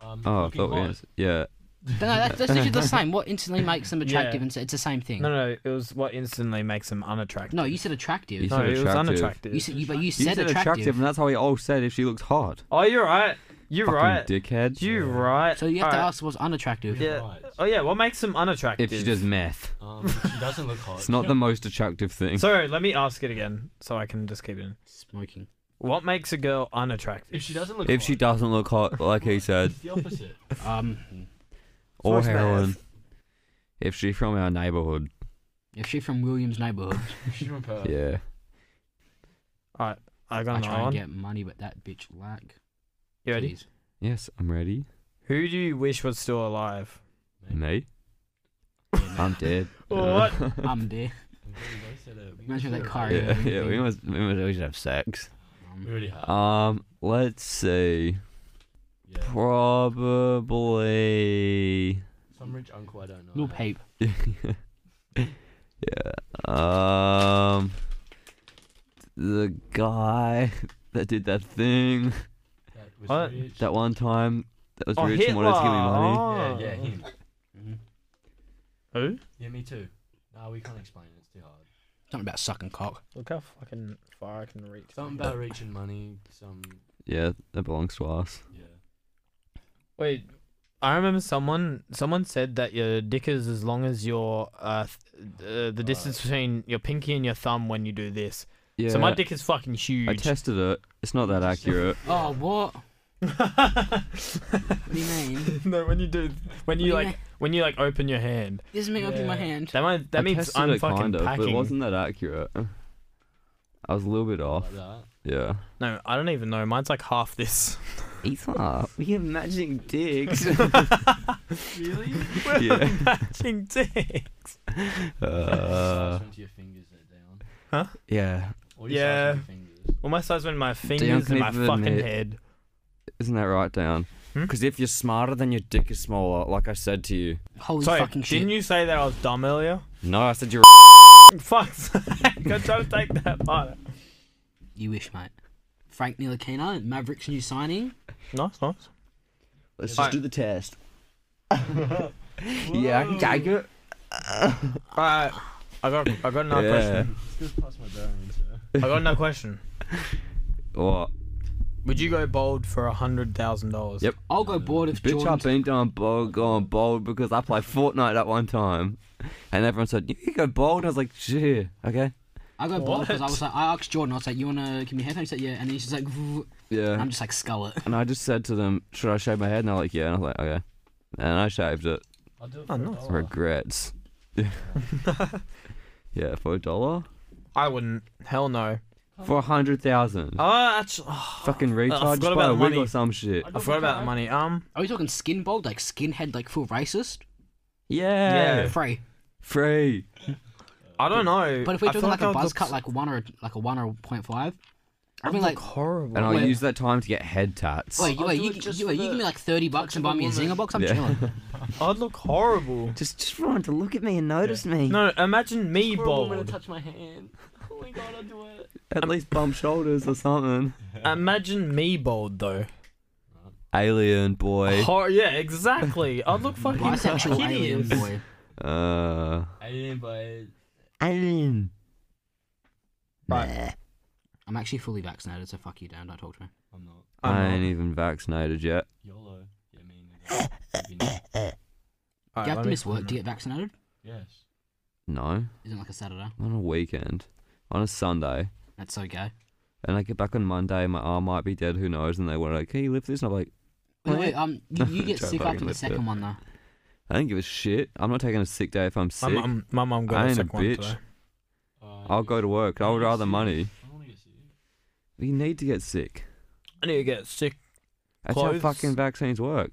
Speaker 3: Um,
Speaker 2: Oh, I
Speaker 3: looking
Speaker 2: thought we
Speaker 3: hot.
Speaker 2: was. Yeah.
Speaker 4: No, no, that's, that's literally the same. What instantly makes them attractive?
Speaker 1: Yeah.
Speaker 4: And so it's the same thing.
Speaker 1: No, no, it was what instantly makes them unattractive.
Speaker 4: No, you said attractive.
Speaker 2: You
Speaker 4: You,
Speaker 1: No, it was
Speaker 2: Attractive.
Speaker 1: unattractive.
Speaker 4: said, you, but you
Speaker 2: You
Speaker 4: said, attractive.
Speaker 2: and that's how we all said if she looks hot.
Speaker 1: oh, you're right. You're
Speaker 2: Fucking
Speaker 1: right.
Speaker 2: dickhead.
Speaker 1: You're right.
Speaker 4: So you have to
Speaker 1: Alright.
Speaker 4: ask what's unattractive.
Speaker 1: Yeah.
Speaker 3: Right.
Speaker 1: Oh yeah, what makes them unattractive?
Speaker 2: If she does meth.
Speaker 3: Um, she doesn't look hot.
Speaker 2: It's not the most attractive thing.
Speaker 1: Sorry, let me ask it again, so I can just keep it in.
Speaker 4: Smoking.
Speaker 1: What makes a girl unattractive?
Speaker 3: If she doesn't look
Speaker 2: if
Speaker 3: hot,
Speaker 2: she doesn't look hot, like he said,
Speaker 3: it's the opposite.
Speaker 4: Um,
Speaker 2: or
Speaker 1: Smash mouth.
Speaker 2: heroin. If she's from our neighborhood,
Speaker 4: if she's from Williams' neighborhood,
Speaker 3: She's from Perth.
Speaker 2: yeah.
Speaker 1: I got
Speaker 4: I
Speaker 1: another
Speaker 4: try and
Speaker 1: one.
Speaker 4: get money, but that bitch lack.
Speaker 1: You ready?
Speaker 4: Jeez.
Speaker 2: Yes, I'm ready.
Speaker 1: Who do you wish was still alive?
Speaker 3: Mate.
Speaker 2: Me?
Speaker 4: Yeah,
Speaker 2: I'm dead.
Speaker 1: What?
Speaker 4: I'm there.
Speaker 3: We said it. We
Speaker 4: Imagine
Speaker 3: said
Speaker 4: that
Speaker 3: it.
Speaker 4: car.
Speaker 2: yeah, yeah, we must, we must, we should have sex.
Speaker 3: We
Speaker 4: Um,
Speaker 3: already have.
Speaker 2: Um, let's see.
Speaker 3: yeah.
Speaker 2: Probably.
Speaker 3: Some rich uncle I don't know.
Speaker 4: Lil Peep.
Speaker 2: yeah. Um. The guy that did that thing
Speaker 3: That was
Speaker 1: What?
Speaker 3: rich.
Speaker 2: that one time that was
Speaker 1: oh,
Speaker 2: rich and
Speaker 1: Hitler.
Speaker 2: wanted to give me money.
Speaker 1: Oh.
Speaker 3: Yeah, yeah, him.
Speaker 4: Mhm.
Speaker 1: Who?
Speaker 3: Yeah, me too. Nah, we can't explain it. It's too hard.
Speaker 4: Something about sucking cock.
Speaker 1: Look how fucking far I can reach.
Speaker 3: Something about reaching money. Some.
Speaker 2: Yeah, that belongs to us.
Speaker 3: Yeah.
Speaker 1: Wait, I remember someone someone said that your dick is as long as your uh, th- uh the distance between your pinky and your thumb when you do this.
Speaker 2: Yeah.
Speaker 1: So my dick is fucking
Speaker 2: I
Speaker 1: huge.
Speaker 2: tested it. It's not that accurate.
Speaker 4: Oh, what? What do you mean?
Speaker 1: no, when you do when
Speaker 4: What do
Speaker 1: you
Speaker 4: you
Speaker 1: like
Speaker 4: mean?
Speaker 1: when you like open your hand.
Speaker 4: This is me opening my
Speaker 3: Yeah.
Speaker 4: hand.
Speaker 1: That might, that
Speaker 2: I
Speaker 1: means
Speaker 2: tested
Speaker 1: I'm
Speaker 2: it
Speaker 1: fucking
Speaker 2: kind of,
Speaker 1: packing.
Speaker 2: but it wasn't that accurate. I was a little bit off.
Speaker 3: Like that.
Speaker 2: Yeah.
Speaker 1: No, I don't even know. Mine's like half this.
Speaker 2: Ethan, we have matching dicks.
Speaker 3: Really?
Speaker 2: yeah.
Speaker 1: Matching dick.
Speaker 2: Uh,
Speaker 3: to your fingers there, Dion.
Speaker 2: yeah.
Speaker 3: Or you size
Speaker 1: Yeah.
Speaker 3: onto your fingers.
Speaker 1: Well, my size when my
Speaker 2: Damn,
Speaker 1: fingers
Speaker 2: can
Speaker 1: and my
Speaker 2: even
Speaker 1: fucking
Speaker 2: admit-
Speaker 1: head.
Speaker 2: Isn't that right, Down?
Speaker 1: Hmm?
Speaker 2: Because if you're smarter, then your dick is smaller, like I said to you.
Speaker 4: Holy
Speaker 1: Sorry,
Speaker 4: fucking
Speaker 1: didn't
Speaker 4: shit.
Speaker 1: you say that I was dumb earlier?
Speaker 2: No, I said you're.
Speaker 1: Fuck. I'm trying to take that part.
Speaker 4: You wish, mate. Frank Nilakina, Mavericks new signing.
Speaker 1: Nice, nice.
Speaker 2: Let's
Speaker 1: just do
Speaker 2: the test. yeah, I can take it.
Speaker 1: All right. I got I got another
Speaker 2: Yeah.
Speaker 1: question.
Speaker 3: Just pass my bearings. Yeah.
Speaker 1: I got another question.
Speaker 2: Or
Speaker 1: Would you go bold for a hundred thousand dollars?
Speaker 2: Yep.
Speaker 4: I'll go bored if
Speaker 2: bitch,
Speaker 4: Jordan.
Speaker 2: I've been doing bold, going bold because I played Fortnite at one time, and everyone said you can go bold. And I was like, shit, okay,
Speaker 4: I go bored because I
Speaker 1: What?
Speaker 4: was like, I asked Jordan, I was like, you wanna give me a headphone? He said, yeah, and then he's just like, "Vroom," and
Speaker 2: yeah.
Speaker 4: I'm just like, skull it.
Speaker 2: And I just said to them, should I shave my head? And they're like, yeah. And I was like, okay. And I shaved it.
Speaker 3: I'll do
Speaker 1: Oh,
Speaker 3: it for a
Speaker 1: nice.
Speaker 3: dollar.
Speaker 2: Regrets. yeah, for a dollar,
Speaker 1: I wouldn't. Hell no.
Speaker 2: for a hundred thousand.
Speaker 1: Oh, actually,
Speaker 2: Fucking
Speaker 1: I
Speaker 2: retard,
Speaker 1: forgot
Speaker 2: just
Speaker 1: about
Speaker 2: buy a
Speaker 1: the
Speaker 2: wig
Speaker 1: money.
Speaker 2: or some shit.
Speaker 1: I forgot about the money. Um,
Speaker 4: Are we talking skin bold, like skinhead, like full racist?
Speaker 2: Yeah.
Speaker 1: Yeah.
Speaker 4: Free.
Speaker 2: Free.
Speaker 1: I don't know.
Speaker 4: But if we're
Speaker 1: I feel
Speaker 4: talking like
Speaker 1: I
Speaker 4: a
Speaker 1: would
Speaker 4: buzz
Speaker 1: look-
Speaker 4: cut, like one or like a one or point five, I
Speaker 1: I'd
Speaker 4: mean,
Speaker 1: look
Speaker 4: like,
Speaker 1: horrible.
Speaker 2: And I'll
Speaker 4: Wait.
Speaker 2: use that time to get head tats.
Speaker 4: wait,
Speaker 3: I'll
Speaker 4: wait,
Speaker 3: do
Speaker 4: you,
Speaker 3: it just
Speaker 4: you, wait,
Speaker 3: for
Speaker 4: you give
Speaker 3: the
Speaker 4: me like thirty bucks and
Speaker 3: touch
Speaker 4: buy
Speaker 3: of a
Speaker 4: me a zinger
Speaker 3: woman.
Speaker 4: box. I'm
Speaker 2: Yeah.
Speaker 4: chilling.
Speaker 1: I'd look horrible.
Speaker 2: Just, just for to look at me and notice me.
Speaker 1: No, imagine me
Speaker 3: gonna
Speaker 1: bold.
Speaker 3: touch my hand. Oh my god, I'll do it.
Speaker 2: At least bump shoulders or something.
Speaker 1: Imagine me bold though.
Speaker 2: Alien boy.
Speaker 1: Hor- yeah, exactly. I'd look fucking
Speaker 4: Bisexual alien
Speaker 1: hideous.
Speaker 4: boy.
Speaker 2: Uh.
Speaker 3: I didn't buy it.
Speaker 2: Alien.
Speaker 1: Right.
Speaker 4: I'm actually fully vaccinated, so fuck you, Dan. Don't talk to me.
Speaker 3: I'm not.
Speaker 1: I'm
Speaker 2: I
Speaker 1: not.
Speaker 2: ain't even vaccinated yet.
Speaker 3: YOLO. Yeah, me neither. Maybe not.
Speaker 1: Alright,
Speaker 4: do you
Speaker 1: let
Speaker 4: have
Speaker 1: me
Speaker 4: to miss work
Speaker 1: put
Speaker 4: to
Speaker 1: them
Speaker 4: get vaccinated?
Speaker 3: Yes.
Speaker 2: No,
Speaker 4: Isn't it like a Saturday?
Speaker 2: on a weekend, on a Sunday,
Speaker 4: That's so gay.
Speaker 2: and I get back on Monday. My arm might be dead. Who knows? And they were like, "Can you lift this?" And I'm like,
Speaker 4: Wait,
Speaker 2: Wait.
Speaker 4: wait, um, you, you get
Speaker 2: Try
Speaker 4: sick
Speaker 2: fucking
Speaker 4: after the
Speaker 2: lift it.
Speaker 4: second one though.
Speaker 2: "I don't give a shit. I'm not taking a sick day if I'm
Speaker 1: in.
Speaker 2: sick.
Speaker 1: My mum, my mum
Speaker 2: I
Speaker 1: got a
Speaker 2: ain't a
Speaker 1: sick one
Speaker 2: bitch.
Speaker 1: today.
Speaker 3: Uh,
Speaker 2: I'll go to work. I would rather money.
Speaker 3: I don't want to get sued.
Speaker 2: You need to get sick.
Speaker 1: I need to get sick.
Speaker 2: That's
Speaker 1: Clothes.
Speaker 2: how fucking vaccines work.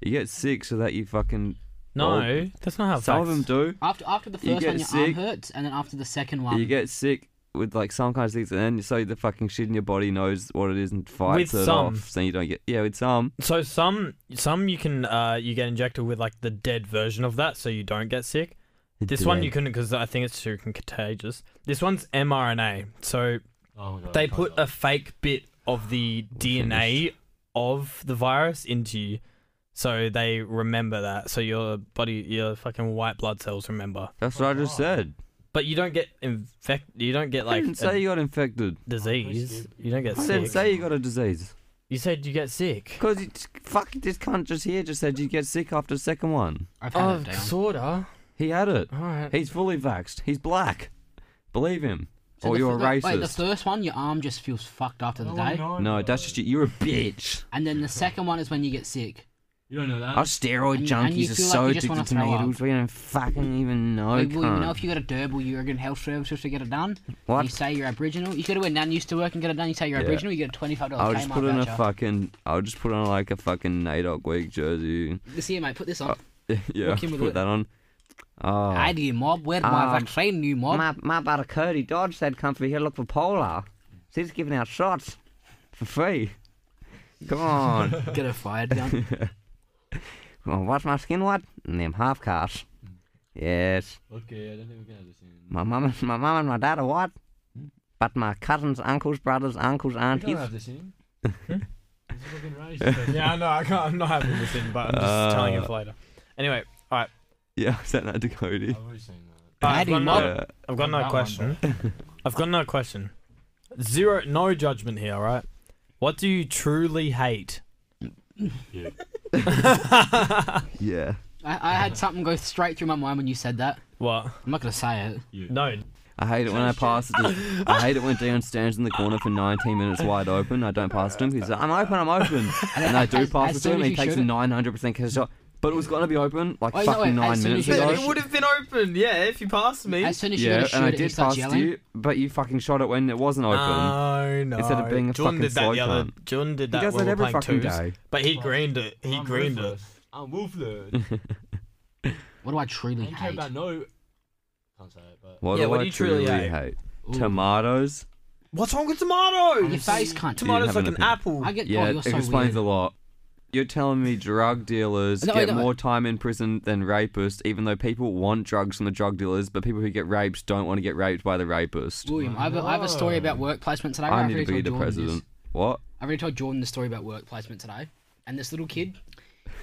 Speaker 2: You get sick so that you fucking.
Speaker 1: No,
Speaker 2: Well,
Speaker 1: that's not how.
Speaker 2: some of them
Speaker 1: facts-
Speaker 2: do.
Speaker 4: After after the
Speaker 2: You
Speaker 4: first
Speaker 2: get
Speaker 4: one, your arm
Speaker 2: sick.
Speaker 4: hurts, and then after the second
Speaker 2: You
Speaker 4: one,
Speaker 2: get sick with like some kinds of things, and then so the fucking shit in your body knows what it is and fights
Speaker 1: With
Speaker 2: it
Speaker 1: some.
Speaker 2: off. So you don't get. Yeah, with some.
Speaker 1: So some some you can uh you get injected with like the dead version of that, so you don't get sick. This one you couldn't because I think it's too con- contagious. This one's mRNA, so
Speaker 3: Oh my god.
Speaker 1: they
Speaker 3: I can't
Speaker 1: put
Speaker 3: do
Speaker 1: a
Speaker 3: it.
Speaker 1: fake bit of the DNA of the virus into you, so they remember that. So your body, your fucking white blood cells remember,
Speaker 2: That's what I just said.
Speaker 1: but you don't get infect. You don't get
Speaker 2: I
Speaker 1: Oh. like
Speaker 2: didn't
Speaker 1: a
Speaker 2: say you got infected.
Speaker 1: disease. You don't get
Speaker 2: Oh, I
Speaker 1: sick.
Speaker 2: didn't say you got a disease.
Speaker 1: you said you get sick.
Speaker 2: Because you t- fuck this cunt just here just said you get sick after the second one.
Speaker 4: I've had
Speaker 1: Oh,
Speaker 4: it down.
Speaker 1: sorta.
Speaker 2: He had it.
Speaker 1: All right.
Speaker 2: He's fully vaxxed. He's black. Believe him.
Speaker 4: So
Speaker 2: or
Speaker 4: the
Speaker 2: you're a
Speaker 4: fir-
Speaker 2: racist.
Speaker 4: the- Wait, the first one, your arm just feels fucked after the
Speaker 3: No,
Speaker 4: day,
Speaker 3: I know
Speaker 2: no,
Speaker 3: it.
Speaker 2: that's just you. You're a bitch.
Speaker 4: and then the second one is when you get sick.
Speaker 3: You don't know that.
Speaker 2: Our steroid
Speaker 4: And you- and you
Speaker 2: junkies are
Speaker 4: feel like
Speaker 2: so
Speaker 4: you just wanna
Speaker 2: addicted to
Speaker 4: throw up.
Speaker 2: needles. We don't fucking even know.
Speaker 4: Like, well, you know,
Speaker 2: cunt.
Speaker 4: if you got a derbil, you're in health services to get it done. You
Speaker 2: what?
Speaker 4: say you're Aboriginal. You go to where Nan used to work and get it done. You say you're
Speaker 2: Yeah.
Speaker 4: Aboriginal. You get a twenty-five dollar
Speaker 2: I'll
Speaker 4: Kmart
Speaker 2: just put on
Speaker 4: voucher.
Speaker 2: a fucking. I'll just put on like a fucking NAIDOC week jersey.
Speaker 4: This here, mate. Put this on.
Speaker 2: Uh, yeah,
Speaker 4: Working
Speaker 2: put
Speaker 4: with it.
Speaker 2: that on. Oh.
Speaker 4: I do, mob. Where my
Speaker 2: Um,
Speaker 4: vaccine, you mob?
Speaker 2: My, my brother Cody Dodge said come through here look for Polar. So he's giving out shots for free. Come on.
Speaker 4: Get her fired down.
Speaker 2: well, what's my skin what? And them half cars. Yes.
Speaker 3: Okay, I don't think we're gonna have this in.
Speaker 2: My mum and my mum and my dad are what? But my cousins, uncles, brothers, uncles,
Speaker 3: We don't
Speaker 2: aunties.
Speaker 3: have this in. This is fucking racist.
Speaker 1: yeah, I know. I can't, I'm not having this in, but I'm just telling you
Speaker 2: Uh,
Speaker 1: for later. Anyway, all right.
Speaker 2: Yeah, I sent that to Cody.
Speaker 3: I've already seen that.
Speaker 1: All right, I've
Speaker 4: Daddy
Speaker 1: got
Speaker 4: mod.
Speaker 1: another, I've got another
Speaker 3: That one,
Speaker 1: question. I've got another question. Zero, no judgment here. All right. What do you truly hate?
Speaker 3: Yeah.
Speaker 2: yeah.
Speaker 4: I, I had something go straight through my mind when you said that.
Speaker 1: What?
Speaker 4: I'm not gonna say it.
Speaker 1: No.
Speaker 2: I hate it when I pass it. To, I hate it when Dion stands in the corner for 19 minutes wide open. I don't pass it to him. He's like, I'm open, I'm open. And I do
Speaker 4: As-
Speaker 2: pass
Speaker 4: as
Speaker 2: it
Speaker 4: soon
Speaker 2: to him.
Speaker 4: as
Speaker 2: He
Speaker 4: you
Speaker 2: takes a
Speaker 4: shoot it.
Speaker 2: 900% catch shot. But it was going to be open like
Speaker 4: Oh, you know
Speaker 2: fucking
Speaker 4: what, as
Speaker 2: nine
Speaker 4: soon as
Speaker 2: minutes
Speaker 4: you
Speaker 2: ago.
Speaker 4: shoot it,
Speaker 1: have been open. Yeah, if you passed me.
Speaker 4: As soon as you
Speaker 2: Yeah,
Speaker 4: go to shoot
Speaker 2: and I
Speaker 4: it, he
Speaker 2: did
Speaker 4: starts
Speaker 2: pass
Speaker 4: yelling. Ah,
Speaker 2: to you, but you fucking shot it when it wasn't open.
Speaker 1: No, no.
Speaker 2: Instead of being a
Speaker 1: Jordan
Speaker 2: fucking
Speaker 1: did that
Speaker 2: side
Speaker 1: the other.
Speaker 2: cunt.
Speaker 1: Jordan did
Speaker 2: he
Speaker 1: that
Speaker 2: does
Speaker 1: when
Speaker 2: that
Speaker 1: we were
Speaker 2: every
Speaker 1: playing
Speaker 2: fucking
Speaker 1: twos,
Speaker 2: day.
Speaker 1: but he greened it. He
Speaker 3: I'm
Speaker 1: greened it.
Speaker 3: ruthless. I'm ruthless.
Speaker 4: What do I
Speaker 3: I
Speaker 4: truly
Speaker 3: don't care
Speaker 4: hate?
Speaker 3: about no. Can't say it, but.
Speaker 2: What
Speaker 1: Yeah,
Speaker 2: do
Speaker 1: what
Speaker 2: I
Speaker 1: do you truly hate?
Speaker 4: Ooh.
Speaker 2: Tomatoes.
Speaker 1: What's wrong with tomatoes?
Speaker 4: Your face, cunt.
Speaker 1: Tomatoes
Speaker 2: Tomatoes have an
Speaker 1: like an
Speaker 2: opinion.
Speaker 1: apple.
Speaker 4: I get.
Speaker 2: Yeah,
Speaker 4: oh,
Speaker 2: it
Speaker 4: you're so
Speaker 2: explains
Speaker 4: weird.
Speaker 2: a lot. You're telling me drug dealers
Speaker 4: No, I
Speaker 2: get
Speaker 4: know-
Speaker 2: more time in prison than rapists, even though people want drugs from the drug dealers, but people who get raped don't want to get raped by the rapist.
Speaker 4: William, I have, a, I have a story about work placement today.
Speaker 2: I
Speaker 4: I've
Speaker 2: need to
Speaker 4: already
Speaker 2: be
Speaker 4: told
Speaker 2: the
Speaker 4: Jordan this.
Speaker 2: president. What?
Speaker 4: I already told Jordan the story about work placement today, and this little kid,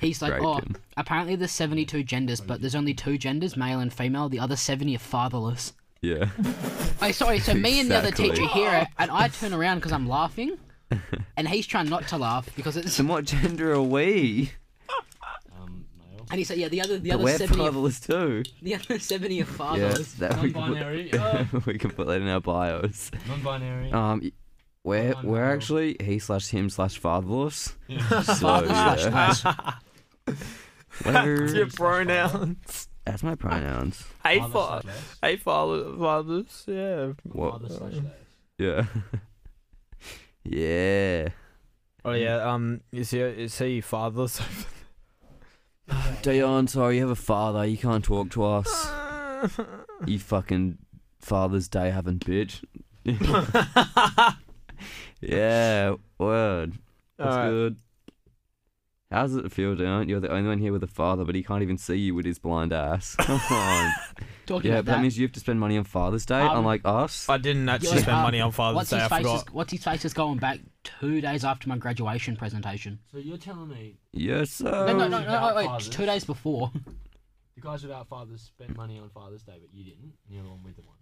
Speaker 4: He's like,
Speaker 2: Great,
Speaker 4: oh,
Speaker 2: Jim.
Speaker 4: apparently there's 72 genders, but there's only two genders, male and female. The other 70 are fatherless.
Speaker 2: Yeah.
Speaker 4: Oh, sorry, so me and the other
Speaker 2: Exactly.
Speaker 4: teacher hear it, and I turn around because I'm laughing, and he's trying not to laugh because it's.
Speaker 2: Then what gender are we?
Speaker 3: Um, male.
Speaker 4: And he said, yeah, the other, the
Speaker 2: But
Speaker 4: other
Speaker 2: we're
Speaker 4: 70 are
Speaker 2: fatherless too.
Speaker 4: The other 70 are
Speaker 2: Yeah,
Speaker 4: fathers.
Speaker 2: that we can,
Speaker 3: Non-binary. Oh,
Speaker 2: put, we can put that in our bios.
Speaker 3: non-binary.
Speaker 2: Um, y- we're
Speaker 3: Online
Speaker 2: we're
Speaker 3: bio.
Speaker 2: actually he slash him slash fatherless.
Speaker 3: Yeah.
Speaker 2: So yeah,
Speaker 1: That's your
Speaker 2: whatever.
Speaker 1: pronouns.
Speaker 2: That's my pronouns.
Speaker 1: Hey, fa-
Speaker 3: Father slash less.
Speaker 1: hey father, fathers. Yeah.
Speaker 2: What?
Speaker 3: Father slash less.
Speaker 2: Yeah. yeah.
Speaker 1: Oh yeah. Um. You see, you see, fathers.
Speaker 2: Dion, sorry, you have a father. You can't talk to us. You fucking Father's Day having bitch. yeah, word. That's
Speaker 1: Alright.
Speaker 2: good. How does it feel, Dion? You're the only one here with a father, but he can't even see you with his blind ass. Come on.
Speaker 4: Talking
Speaker 2: yeah, but that
Speaker 4: about that.
Speaker 2: means you have to spend money on Father's Day,
Speaker 4: Um,
Speaker 2: unlike us.
Speaker 1: I didn't actually
Speaker 4: Yeah,
Speaker 1: spend
Speaker 4: um,
Speaker 1: money on Father's
Speaker 4: What's
Speaker 1: Day.
Speaker 4: his,
Speaker 1: I
Speaker 4: face is,
Speaker 1: forgot.
Speaker 4: what's his face is going back two days after my graduation presentation.
Speaker 3: So you're telling me
Speaker 2: yes, sir.
Speaker 4: No, no,
Speaker 3: Oh.
Speaker 4: no, no, no wait,
Speaker 3: Fathers.
Speaker 4: two days before.
Speaker 3: the guys without fathers spent money on Father's Day, but you didn't, and you're the one with the one.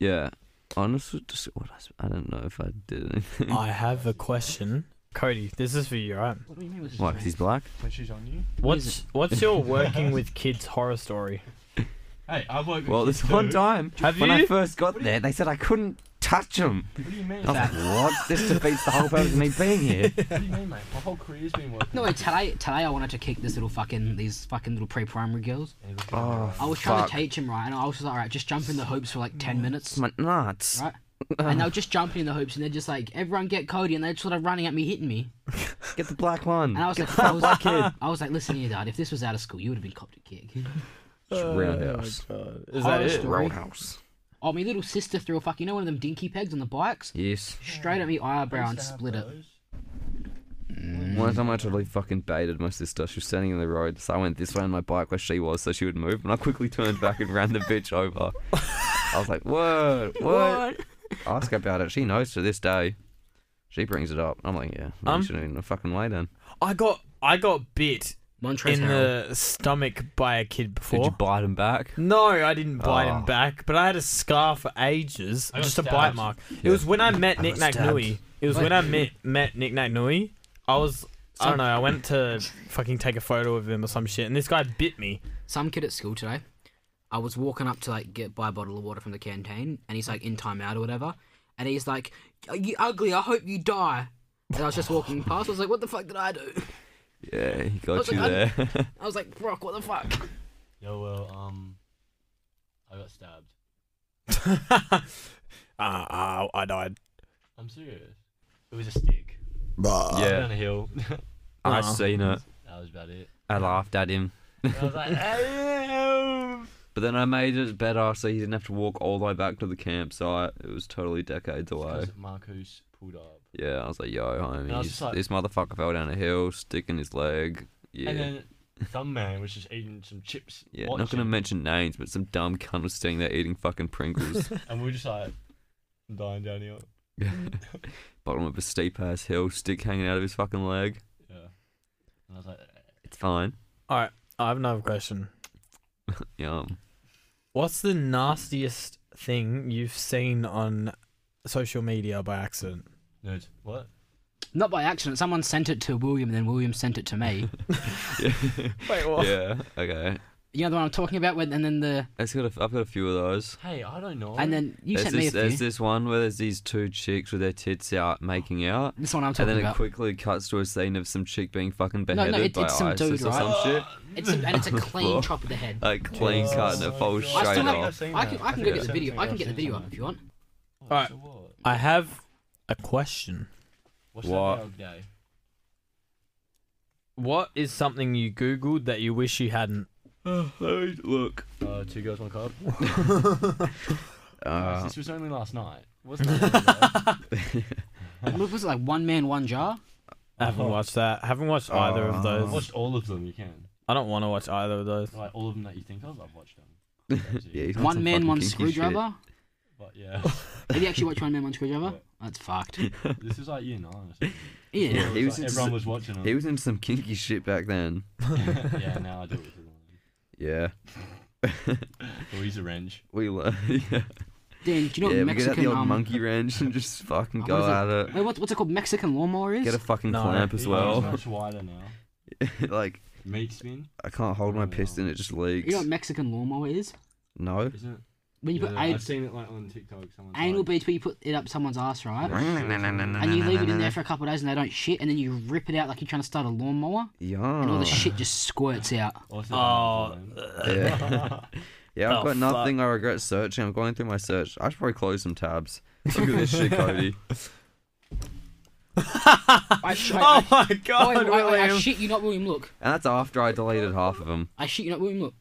Speaker 2: Yeah. Honestly, just what I, s- I don't know if I did anything.
Speaker 1: I have a question, Cody. This is for you, right?
Speaker 4: What do you mean?
Speaker 2: What, 'cause he's black?
Speaker 5: When she's on you.
Speaker 1: What's What's your working with kids horror story?
Speaker 3: Hey, I work.
Speaker 2: Well, this one time,
Speaker 1: Have
Speaker 2: when I
Speaker 1: you?
Speaker 2: first got there, they said I couldn't touch him.
Speaker 3: What do you mean?
Speaker 2: I was like,
Speaker 4: Oh.
Speaker 2: what? This defeats the whole purpose of me being here.
Speaker 3: What do you mean, mate? My whole career's been working.
Speaker 4: No, wait, today, today I wanted to kick this little fucking, these fucking little pre-primary girls.
Speaker 3: Hey, look at
Speaker 2: Oh,
Speaker 4: I was trying
Speaker 2: fuck.
Speaker 4: to teach them, right, and I was just like, alright, just jump in the hoops for like 10 minutes,
Speaker 2: my nuts.
Speaker 4: right? And they were just jumping in the hoops, and they're just like, everyone get Cody, and they're sort of running at me, hitting me.
Speaker 2: Get the black one.
Speaker 4: And I was like, I was, I was like, listen here, Dad, if this was out of school, you would have been copped a kick.
Speaker 2: It's roundhouse.
Speaker 1: Is
Speaker 4: Horror
Speaker 1: that it?
Speaker 4: story.
Speaker 2: Roundhouse.
Speaker 4: Oh, my little sister threw a fuck. You know one of them dinky pegs on the bikes?
Speaker 2: Yes.
Speaker 4: Straight at me eyebrow and
Speaker 3: to have
Speaker 4: split it.
Speaker 3: those.
Speaker 2: One time I totally fucking baited my sister. She was standing in the road, so I went this way on my bike where she was, so she would move, and I quickly turned back and ran the bitch over. I was like, word, what? Ask her about it. She knows to this day. She brings it up. I'm like, yeah,
Speaker 1: Um,
Speaker 2: I'm shouldn't in a fucking way then.
Speaker 1: I got I got bit
Speaker 4: Montrose
Speaker 1: in
Speaker 4: Herald.
Speaker 1: the stomach by a kid
Speaker 2: Did you
Speaker 1: before.
Speaker 2: bite him back?
Speaker 1: No, I didn't bite
Speaker 2: Oh.
Speaker 1: him back, but I had a scar for ages,
Speaker 3: I got
Speaker 1: just a bite
Speaker 3: stabbed.
Speaker 1: mark. It
Speaker 2: Yeah.
Speaker 1: was when I met Nick Nack
Speaker 2: stabbed.
Speaker 1: Nui. It was when I met met Nick Nack Nui. I was I don't know. I went to fucking take a photo of him or some shit, and this guy bit me.
Speaker 4: Some kid at school today, I was walking up to like get buy a bottle of water from the canteen, and he's like in timeout or whatever, and he's like, "Are "You ugly. I hope you die." And I was just walking past. I was like, "What the fuck did I do?"
Speaker 2: Yeah, he
Speaker 4: I
Speaker 2: got
Speaker 4: was
Speaker 2: you
Speaker 4: like,
Speaker 2: there.
Speaker 4: I was like, "Brock, what the fuck?"
Speaker 3: Yo, well, um, I got stabbed.
Speaker 1: uh, uh, I died.
Speaker 3: I'm serious. It was a stick.
Speaker 2: yeah,
Speaker 3: Down a hill.
Speaker 2: I
Speaker 1: Aw.
Speaker 2: seen it.
Speaker 3: that was about it.
Speaker 2: I laughed at him.
Speaker 3: I was like, "Ow."
Speaker 2: But then I made it better so he didn't have to walk all the way back to the campsite. It was totally decades away.
Speaker 3: Because Marcus pulled up.
Speaker 2: Yeah, I was like, yo,
Speaker 3: I was
Speaker 2: homies,
Speaker 3: just like-
Speaker 2: this motherfucker fell down a hill, sticking his leg. Yeah.
Speaker 3: And then dumb man was just eating some chips.
Speaker 2: yeah,
Speaker 3: watching,
Speaker 2: not gonna mention names, but some dumb cunt was standing there eating fucking Pringles,
Speaker 3: And we were just like, I'm dying down here.
Speaker 2: bottom of a steep ass hill, stick hanging out of his fucking leg.
Speaker 3: Yeah. And I was like,
Speaker 2: It's fine.
Speaker 1: I have another question.
Speaker 2: Yum.
Speaker 1: What's the nastiest thing you've seen on social media by accident?
Speaker 3: nerd. What?
Speaker 4: Not by accident. Someone sent it to William, and then William sent it to me.
Speaker 2: Yeah.
Speaker 1: Wait, what?
Speaker 2: yeah. Okay.
Speaker 4: you know the one I'm talking about, when, and then the
Speaker 2: I've got, a, I've got a few of those.
Speaker 3: Hey, I don't know.
Speaker 4: and then you
Speaker 2: there's
Speaker 4: sent
Speaker 2: this,
Speaker 4: me a few.
Speaker 2: There's this one where there's these two chicks with their tits out making out,
Speaker 4: This one I'm
Speaker 2: and
Speaker 4: talking
Speaker 2: then it
Speaker 4: about.
Speaker 2: quickly cuts to a scene of some chick being fucking
Speaker 4: no,
Speaker 2: beheaded
Speaker 4: it-
Speaker 2: by
Speaker 4: it's some
Speaker 2: ISIS
Speaker 4: dude,
Speaker 2: or some
Speaker 3: Ah!
Speaker 4: right?
Speaker 2: shit.
Speaker 4: It's a, and it's a clean
Speaker 2: Well,
Speaker 4: chop of the head.
Speaker 2: Like clean cut,
Speaker 3: Oh
Speaker 2: and it falls
Speaker 4: I still
Speaker 2: straight
Speaker 4: haven't-
Speaker 2: off.
Speaker 4: I can, I can go get the video. I can get the video up if you want.
Speaker 3: Oh,
Speaker 1: Alright.
Speaker 3: so what?
Speaker 1: I have a question.
Speaker 3: What's
Speaker 2: What?
Speaker 3: that dog day?
Speaker 1: What is something you googled that you wish you hadn't?
Speaker 2: Hey, look.
Speaker 3: Uh, two girls, one cup.
Speaker 2: Uh,
Speaker 3: this was only last night. Wasn't that?
Speaker 4: Look, was it like one man, one jar?
Speaker 1: I haven't watched that. haven't watched either of
Speaker 2: Oh.
Speaker 3: I
Speaker 1: those.
Speaker 3: watched all of them. You can.
Speaker 1: I don't want to watch either of those.
Speaker 3: Like all of them that you think of, I've watched them.
Speaker 2: yeah,
Speaker 3: Crazy.
Speaker 2: he's on some
Speaker 4: One man,
Speaker 2: fucking
Speaker 4: one
Speaker 2: kinky shit.
Speaker 4: screwdriver?
Speaker 3: But yeah,
Speaker 4: Have you actually watched One Man One Screwdriver? That's fucked.
Speaker 3: this was like year nine. Or something.
Speaker 4: Yeah.
Speaker 2: Yeah, he was
Speaker 3: It was
Speaker 2: into
Speaker 3: like everyone
Speaker 2: s-
Speaker 3: was watching
Speaker 2: He
Speaker 3: it.
Speaker 2: was into some kinky shit back then.
Speaker 3: yeah, now I do it. with everyone.
Speaker 2: Yeah.
Speaker 3: Oh, he's a wrench.
Speaker 2: We learn. Yeah,
Speaker 4: Dan, do you know
Speaker 2: yeah
Speaker 4: what
Speaker 2: we get out the
Speaker 4: Mexican
Speaker 2: old
Speaker 4: um,
Speaker 2: monkey wrench and just fucking
Speaker 4: Oh,
Speaker 2: go
Speaker 4: what is it?
Speaker 2: at it.
Speaker 4: Wait, what, what's it called? Mexican lawnmower is?
Speaker 2: Get a fucking
Speaker 1: No.
Speaker 2: clamp as
Speaker 3: He's
Speaker 2: well.
Speaker 3: much wider now.
Speaker 2: like,
Speaker 3: Meat spin,
Speaker 2: I can't hold my
Speaker 3: Oh.
Speaker 2: piston, it just
Speaker 4: you know
Speaker 2: leaks.
Speaker 4: what Mexican lawnmower is?
Speaker 2: No.
Speaker 3: isn't it?
Speaker 4: When you
Speaker 3: Yeah,
Speaker 4: put
Speaker 3: I've
Speaker 4: an-
Speaker 3: seen it like on TikTok. Someone's
Speaker 4: anal
Speaker 3: like,
Speaker 4: beads where you put it up someone's ass, right? And
Speaker 2: And
Speaker 4: you leave it in there for a couple of days and they don't shit, and then you rip it out like you're trying to start a lawnmower, and all
Speaker 2: Yeah.
Speaker 4: the shit just squirts out.
Speaker 3: Also,
Speaker 1: Oh,
Speaker 2: Yeah. yeah, I've
Speaker 1: Oh,
Speaker 2: got
Speaker 1: fuck.
Speaker 2: nothing I regret searching. I'm going through my search. I should probably close some tabs. Look at this shit, Cody.
Speaker 4: I, sh- I,
Speaker 1: Oh
Speaker 4: I,
Speaker 1: my
Speaker 4: oh,
Speaker 1: god,
Speaker 4: wait, wait, wait, I
Speaker 1: William.
Speaker 4: shit you not, William. Look,
Speaker 2: And that's after I deleted half of them.
Speaker 4: I shit you not, William. Look,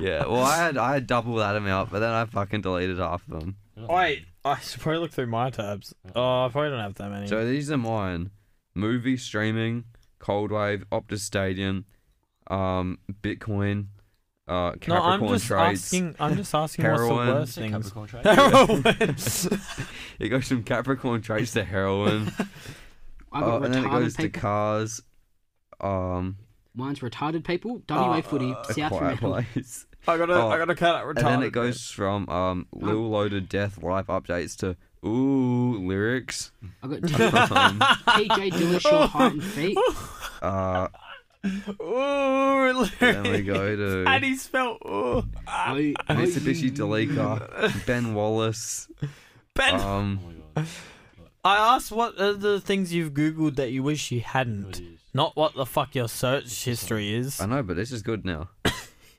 Speaker 2: Yeah, well, I had I had double that amount, but then I fucking deleted half of them.
Speaker 1: Wait, I should probably look through my tabs. Oh, I probably don't have that many.
Speaker 2: So these are mine: movie streaming, cold wave, Optus Stadium, um, Bitcoin, uh,
Speaker 1: no,
Speaker 2: Capricorn
Speaker 1: I'm just
Speaker 2: trades.
Speaker 1: asking. I'm just asking
Speaker 2: Heroin.
Speaker 1: what's the worst things.
Speaker 2: It goes from Capricorn trades to heroin,
Speaker 4: I've
Speaker 2: uh,
Speaker 4: got
Speaker 2: and then it goes
Speaker 4: retarded
Speaker 2: to
Speaker 4: people.
Speaker 2: cars. Um,
Speaker 4: Mine's retarded people. WA footy,
Speaker 2: a
Speaker 4: South
Speaker 2: quiet
Speaker 4: Fremantle.
Speaker 2: place.
Speaker 1: I gotta,
Speaker 2: Oh,
Speaker 1: I gotta cut out retarded.
Speaker 2: And then it goes from um, Lil Loaded Death live updates to ooh lyrics.
Speaker 4: I've got
Speaker 2: Um,
Speaker 4: TJ Dillashaw height and feet.
Speaker 2: uh,
Speaker 1: Ooh,
Speaker 2: then we
Speaker 1: lyrics.
Speaker 2: go to
Speaker 1: How do you spell ooh? Ah,
Speaker 4: Oh, oh,
Speaker 2: Mitsubishi Delica, Ben Wallace.
Speaker 1: Ben,
Speaker 2: Um,
Speaker 1: I asked what are the things you've googled that you wish you hadn't, not what the fuck your search history is.
Speaker 2: I know, but this is good now.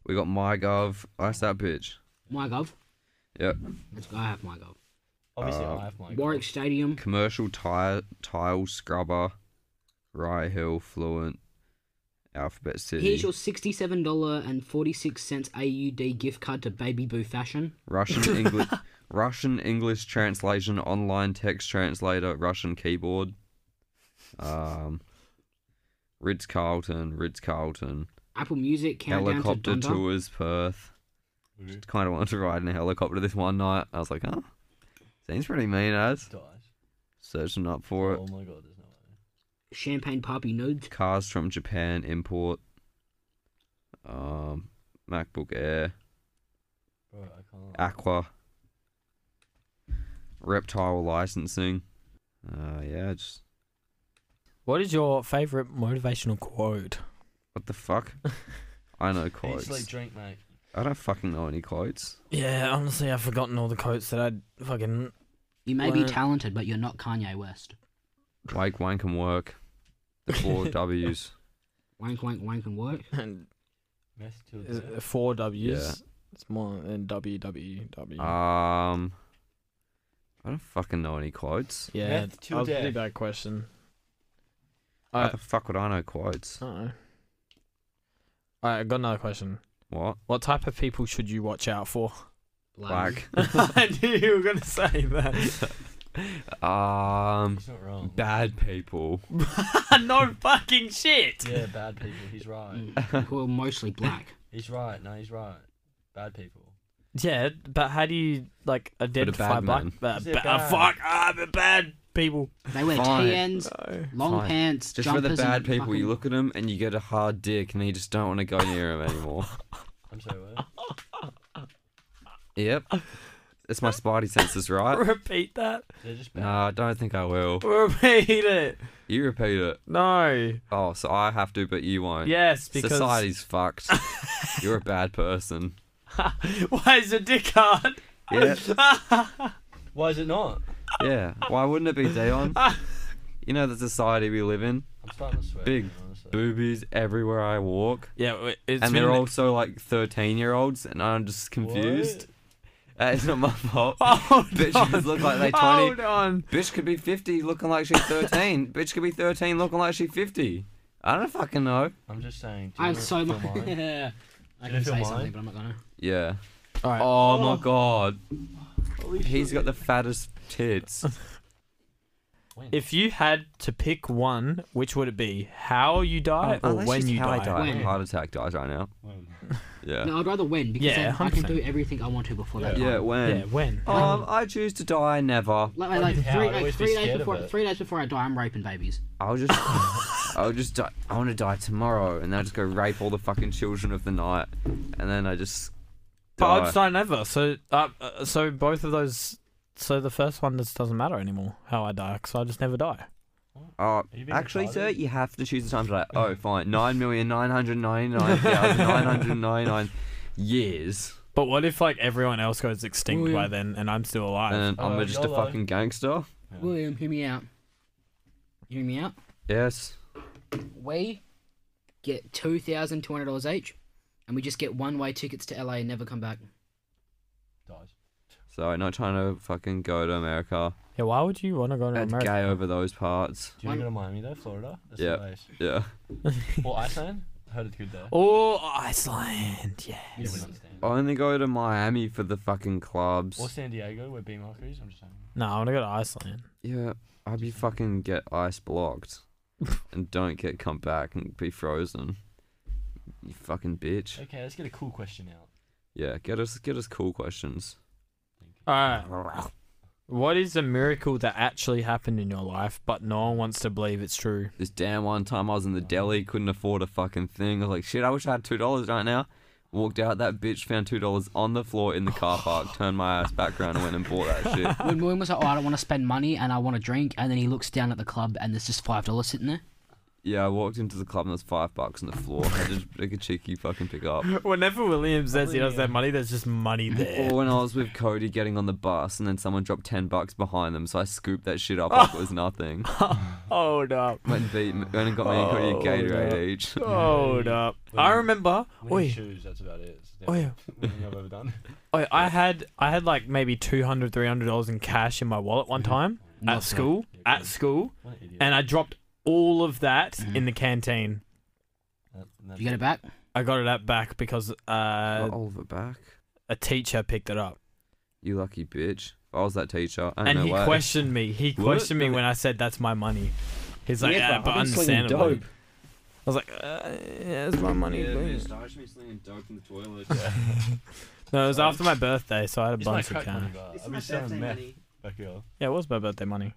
Speaker 2: we got MyGov. Ice that bitch.
Speaker 4: My gov.
Speaker 2: Yep.
Speaker 4: Let's go. I have my gov.
Speaker 3: Obviously, I have my
Speaker 4: Warwick Stadium.
Speaker 2: Commercial tire, tile scrubber, Rye Hill Fluent, Alphabet City,
Speaker 4: Here's your sixty-seven dollar and forty-six cents AUD gift card to Baby Boo Fashion.
Speaker 2: Russian English, Russian English translation, online text translator, Russian keyboard. Um, Ritz Carlton, Ritz Carlton,
Speaker 4: Apple Music. Countdown
Speaker 2: helicopter
Speaker 4: to Donda.
Speaker 2: tours Perth. Just kind of wanted to ride in a helicopter this one night. I was like, huh, seems pretty mean as. Searching up for it.
Speaker 3: Oh my god, there's no way.
Speaker 4: Champagne Poppy Nudes.
Speaker 2: cars from Japan import. Um, MacBook Air,
Speaker 3: Bro, I can't.
Speaker 2: Aqua, reptile licensing. Uh, yeah, just
Speaker 1: What is your favorite motivational quote?
Speaker 2: what the fuck? I know
Speaker 3: Quotes.
Speaker 2: quotes.
Speaker 3: Eat, sleep, drink, mate.
Speaker 2: I don't fucking know any quotes.
Speaker 1: Yeah, honestly, I've forgotten all the quotes that I'd fucking.
Speaker 4: You may
Speaker 1: Well-
Speaker 4: be talented, but you're not Kanye West.
Speaker 2: Wake, wank, and work. The four W's.
Speaker 4: Wank, wank, wank, and work.
Speaker 1: And
Speaker 3: Mess till
Speaker 1: is it
Speaker 3: death.
Speaker 1: four W's. It's more than WWW.
Speaker 2: Um, I don't fucking know any quotes.
Speaker 1: yeah,
Speaker 3: meth
Speaker 1: that
Speaker 3: till
Speaker 1: was a pretty
Speaker 3: death.
Speaker 1: bad question.
Speaker 2: How
Speaker 1: Alright,
Speaker 2: the fuck would I know quotes?
Speaker 1: alright. Alright, I got another question.
Speaker 2: What?
Speaker 1: What type of people should you watch out for?
Speaker 2: Black.
Speaker 1: I knew you were gonna say that.
Speaker 2: Um,
Speaker 3: He's not wrong.
Speaker 2: bad people.
Speaker 1: no fucking shit.
Speaker 3: yeah, bad people. He's right.
Speaker 4: Mm, Who are mostly black.
Speaker 3: He's right. No, he's right. Bad people.
Speaker 1: Yeah, but how do you like identify
Speaker 2: bad
Speaker 1: black?
Speaker 2: man.
Speaker 1: Uh,
Speaker 3: Is it
Speaker 1: ba-
Speaker 3: bad?
Speaker 1: fuck, I'm a bad people.
Speaker 4: They wear
Speaker 2: Fine.
Speaker 4: TNs, long
Speaker 2: Fine.
Speaker 4: pants,
Speaker 2: Just for
Speaker 4: jumpers.
Speaker 2: the bad
Speaker 4: and
Speaker 2: people,
Speaker 4: fucking-
Speaker 2: you look at them and you get a hard dick, and you just don't want to go near them anymore.
Speaker 3: I'm sorry, what?
Speaker 2: yep, it's my Spidey senses, right?
Speaker 1: Repeat that.
Speaker 3: They're just bad.
Speaker 2: Nah, I don't think I will.
Speaker 1: Repeat it.
Speaker 2: You repeat it.
Speaker 1: No.
Speaker 2: Oh, so I have to, but you won't.
Speaker 1: Yes, because
Speaker 2: Society's fucked. You're a bad person.
Speaker 1: Why is it dick hard?
Speaker 2: Yeah,
Speaker 3: Why is it not?
Speaker 2: yeah. Why wouldn't it be Dion? You know the society we live in.
Speaker 3: I'm starting to sweat.
Speaker 2: Big
Speaker 3: honestly.
Speaker 2: Boobies everywhere I walk,
Speaker 1: Yeah, w- it's
Speaker 2: and
Speaker 1: been-
Speaker 2: they're also like thirteen-year-olds, and I'm just confused. Uh, it's not my fault.
Speaker 1: Hold
Speaker 2: Bitches
Speaker 1: on.
Speaker 2: look like they're 20.
Speaker 1: Hold on.
Speaker 2: Bitch could be 50 looking like she's 13. Bitch could be 13 looking like she's 50. I don't fucking know.
Speaker 3: I'm just saying. do you
Speaker 4: I have
Speaker 3: wanna
Speaker 4: so
Speaker 3: feel
Speaker 4: much.
Speaker 3: mine?
Speaker 4: I
Speaker 3: you
Speaker 4: can say
Speaker 3: feel
Speaker 4: something,
Speaker 3: mine?
Speaker 4: but I'm not gonna.
Speaker 2: Yeah.
Speaker 1: All right.
Speaker 2: Oh, my god. He's got the fattest tits.
Speaker 3: When?
Speaker 1: If you had to pick one, which would it be? How you die
Speaker 2: Oh,
Speaker 1: or
Speaker 2: that's
Speaker 1: when
Speaker 2: just
Speaker 1: you
Speaker 2: how
Speaker 1: die?
Speaker 2: I die.
Speaker 4: When?
Speaker 2: Heart attack dies right now.
Speaker 3: When?
Speaker 2: Yeah.
Speaker 4: No, I'd rather win because
Speaker 1: Yeah,
Speaker 4: then I can
Speaker 1: 100%.
Speaker 4: do everything I want to before that.
Speaker 2: Yeah,
Speaker 4: time.
Speaker 2: when?
Speaker 1: Yeah, when?
Speaker 2: Um, I choose to die never.
Speaker 4: Like, like,
Speaker 3: Fucking
Speaker 4: like
Speaker 3: hell,
Speaker 4: three,
Speaker 3: I'd
Speaker 4: like,
Speaker 3: always be
Speaker 4: three days
Speaker 3: scared of
Speaker 4: before
Speaker 3: it.
Speaker 4: three days before I die, I'm raping babies.
Speaker 2: I'll just, I'll just die. I want to die tomorrow, and then I just go rape all the fucking children of the night, and then I just.
Speaker 1: But
Speaker 2: Die.
Speaker 1: I'd say never. So, uh, uh, so both of those. So the first one just doesn't matter anymore. How I die, because I just never die.
Speaker 2: Oh,
Speaker 3: you being
Speaker 2: actually, sir,
Speaker 3: retarded?
Speaker 2: you have to choose the time to die. Oh, fine, nine million nine hundred ninety-nine thousand nine hundred ninety-nine years,
Speaker 1: But what if like everyone else goes extinct
Speaker 2: Oh,
Speaker 4: Well, yeah.
Speaker 1: by then, and I'm still alive?
Speaker 2: and I'm
Speaker 3: Oh,
Speaker 2: just a
Speaker 3: YOLO.
Speaker 2: fucking gangster.
Speaker 4: William, hear me out. You hear me out.
Speaker 2: Yes.
Speaker 4: We get two thousand two hundred dollars each, and we just get one way tickets to LA and never come back.
Speaker 3: Dies.
Speaker 2: So not trying to fucking go to America.
Speaker 1: yeah. Why would you want to go to
Speaker 2: That's
Speaker 1: America?
Speaker 2: gay over those parts.
Speaker 3: Do you want
Speaker 4: When-
Speaker 3: to go to Miami though, Florida? That's
Speaker 2: Yeah.
Speaker 3: nice.
Speaker 2: Yeah.
Speaker 3: Or Iceland? Heard it's good there.
Speaker 1: Or Iceland. Yeah.
Speaker 3: You don't really understand.
Speaker 2: I only go to Miami for the fucking clubs.
Speaker 3: Or San Diego, where B-Mark is. I'm just saying.
Speaker 1: No, I want to go to Iceland.
Speaker 2: Yeah, I'd be fucking get ice blocked and don't get come back and be frozen. You fucking bitch.
Speaker 3: Okay, let's get a cool question out.
Speaker 2: Yeah, get us get us cool questions.
Speaker 3: Thank you.
Speaker 1: All right. What is a miracle that actually happened in your life, but no one wants to believe it's true?
Speaker 2: This damn one time I was in the deli, couldn't afford a fucking thing. I was like, shit, I wish I had two dollars right now. Walked out, that bitch found two dollars on the floor in the car park, turned my ass back around and went and bought that shit.
Speaker 4: when William was like, "Oh, I don't want to spend money and I want a drink," and then he looks down at the club and there's just five dollars sitting there.
Speaker 2: Yeah, I walked into the club and there's five bucks on the floor. I just like a cheeky fucking pick up.
Speaker 1: Whenever William says he doesn't have money, there's just money there.
Speaker 2: Or when I was with Cody getting on the bus and then someone dropped 10 bucks behind them, so I scooped that shit up like it was nothing.
Speaker 1: Hold up.
Speaker 2: Went and, beat, went and got me and Cody a
Speaker 1: Oh,
Speaker 2: Gatorade
Speaker 1: no.
Speaker 2: each.
Speaker 1: Hold up. I remember.
Speaker 3: Winning
Speaker 1: Wait.
Speaker 3: shoes, that's about it. It's the
Speaker 1: Oh, yeah.
Speaker 3: only thing I've ever done.
Speaker 1: Oi, I had I had like maybe 200 300 dollars in cash in my wallet one time at
Speaker 4: Nice,
Speaker 1: school
Speaker 3: Yeah,
Speaker 1: at
Speaker 3: good.
Speaker 1: school
Speaker 3: What an idiot.
Speaker 1: and I dropped all of that in the canteen.
Speaker 3: That-
Speaker 4: Did
Speaker 3: that's-
Speaker 4: you get it back?
Speaker 1: I got it up back because uh,
Speaker 2: Got all of it back.
Speaker 1: a teacher picked it up
Speaker 2: You lucky bitch. If I was that teacher, I
Speaker 1: and
Speaker 2: know
Speaker 1: he
Speaker 2: why.
Speaker 1: questioned me. He
Speaker 2: What?
Speaker 1: questioned me when I said that's my money. He's like,
Speaker 3: uh,
Speaker 1: yeah, but understandably. I was like, uh, yeah, it's my money. please."
Speaker 2: dope in the toilet.
Speaker 1: No, it was after my birthday, so I had a
Speaker 3: It's my
Speaker 1: bunch of
Speaker 3: crack
Speaker 1: cash.
Speaker 3: money bar. I've been selling meth back here.
Speaker 1: Yeah, it was my birthday money.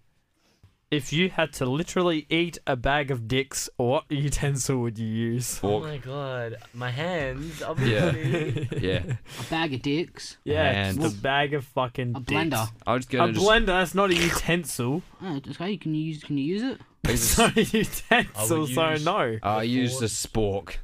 Speaker 1: If you had to literally eat a bag of dicks, what utensil would you use?
Speaker 2: Fork.
Speaker 3: Oh Uh, god, my hands,
Speaker 2: Yeah.
Speaker 4: A bag of dicks,
Speaker 1: Yeah,
Speaker 2: And-
Speaker 1: just a bag of fucking
Speaker 4: a
Speaker 1: dicks.
Speaker 4: blender.
Speaker 2: I would just
Speaker 1: A
Speaker 2: get it.
Speaker 1: blender, that's not a utensil.
Speaker 4: Oh, it's okay, can you use? Can you use it?
Speaker 1: It's not a utensil, so
Speaker 3: use-
Speaker 1: no.
Speaker 2: I used a spork.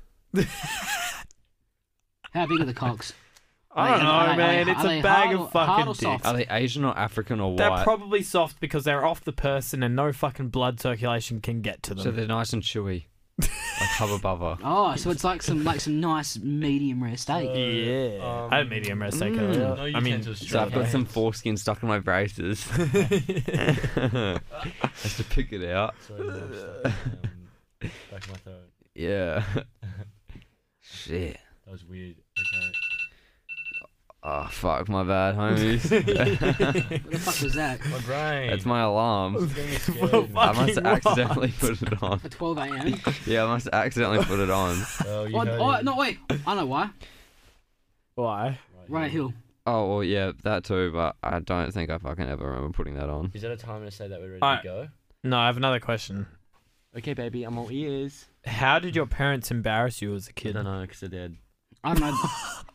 Speaker 4: How big are the cocks?
Speaker 1: I don't
Speaker 4: Are
Speaker 1: know,
Speaker 4: they- are they-
Speaker 1: man.
Speaker 4: are
Speaker 1: It's
Speaker 4: they
Speaker 1: a bag
Speaker 4: hard
Speaker 1: of
Speaker 4: or- hard
Speaker 1: fucking
Speaker 4: or
Speaker 1: dicks.
Speaker 4: soft?
Speaker 2: Are they Asian or African or
Speaker 1: They're
Speaker 2: white?
Speaker 1: probably soft because they're off the person and no fucking blood circulation can get to them.
Speaker 2: so they're nice and chewy. like hubba bubba.
Speaker 4: Oh, so it's like some like some nice medium rare steak.
Speaker 1: yeah.
Speaker 3: Um,
Speaker 1: I had medium rare steak
Speaker 2: mm,
Speaker 4: Hmm.
Speaker 1: earlier.
Speaker 3: No
Speaker 1: I mean,
Speaker 3: utensils.
Speaker 2: So I've got
Speaker 3: straight
Speaker 2: some
Speaker 3: hands.
Speaker 2: foreskin stuck in my braces. Just to pick it out.
Speaker 3: Sorry, I'm stuck in, um, back of my throat.
Speaker 2: Yeah. Shit.
Speaker 3: That was weird. Okay.
Speaker 2: Oh fuck, my bad, homies.
Speaker 4: What the fuck was that?
Speaker 3: My brain.
Speaker 2: That's my alarm.
Speaker 3: It's getting me scared.
Speaker 2: I must
Speaker 1: Fucking
Speaker 2: have accidentally put it on.
Speaker 4: At 12 a.m.
Speaker 2: Yeah, I must have accidentally put it on.
Speaker 3: Oh, you
Speaker 4: Oh,
Speaker 3: heard
Speaker 4: oh,
Speaker 3: it.
Speaker 4: no, wait. I know why.
Speaker 1: why?
Speaker 4: Right Hill.
Speaker 2: Oh well, yeah, that too. But I don't think I fucking ever remember putting that on.
Speaker 3: Is that a time to say that we're ready
Speaker 1: Alright.
Speaker 3: to go?
Speaker 1: No, I have another question.
Speaker 3: Okay, baby, I'm all ears.
Speaker 1: How did your parents embarrass you as a kid?
Speaker 3: know, because they're dead.
Speaker 4: I don't know.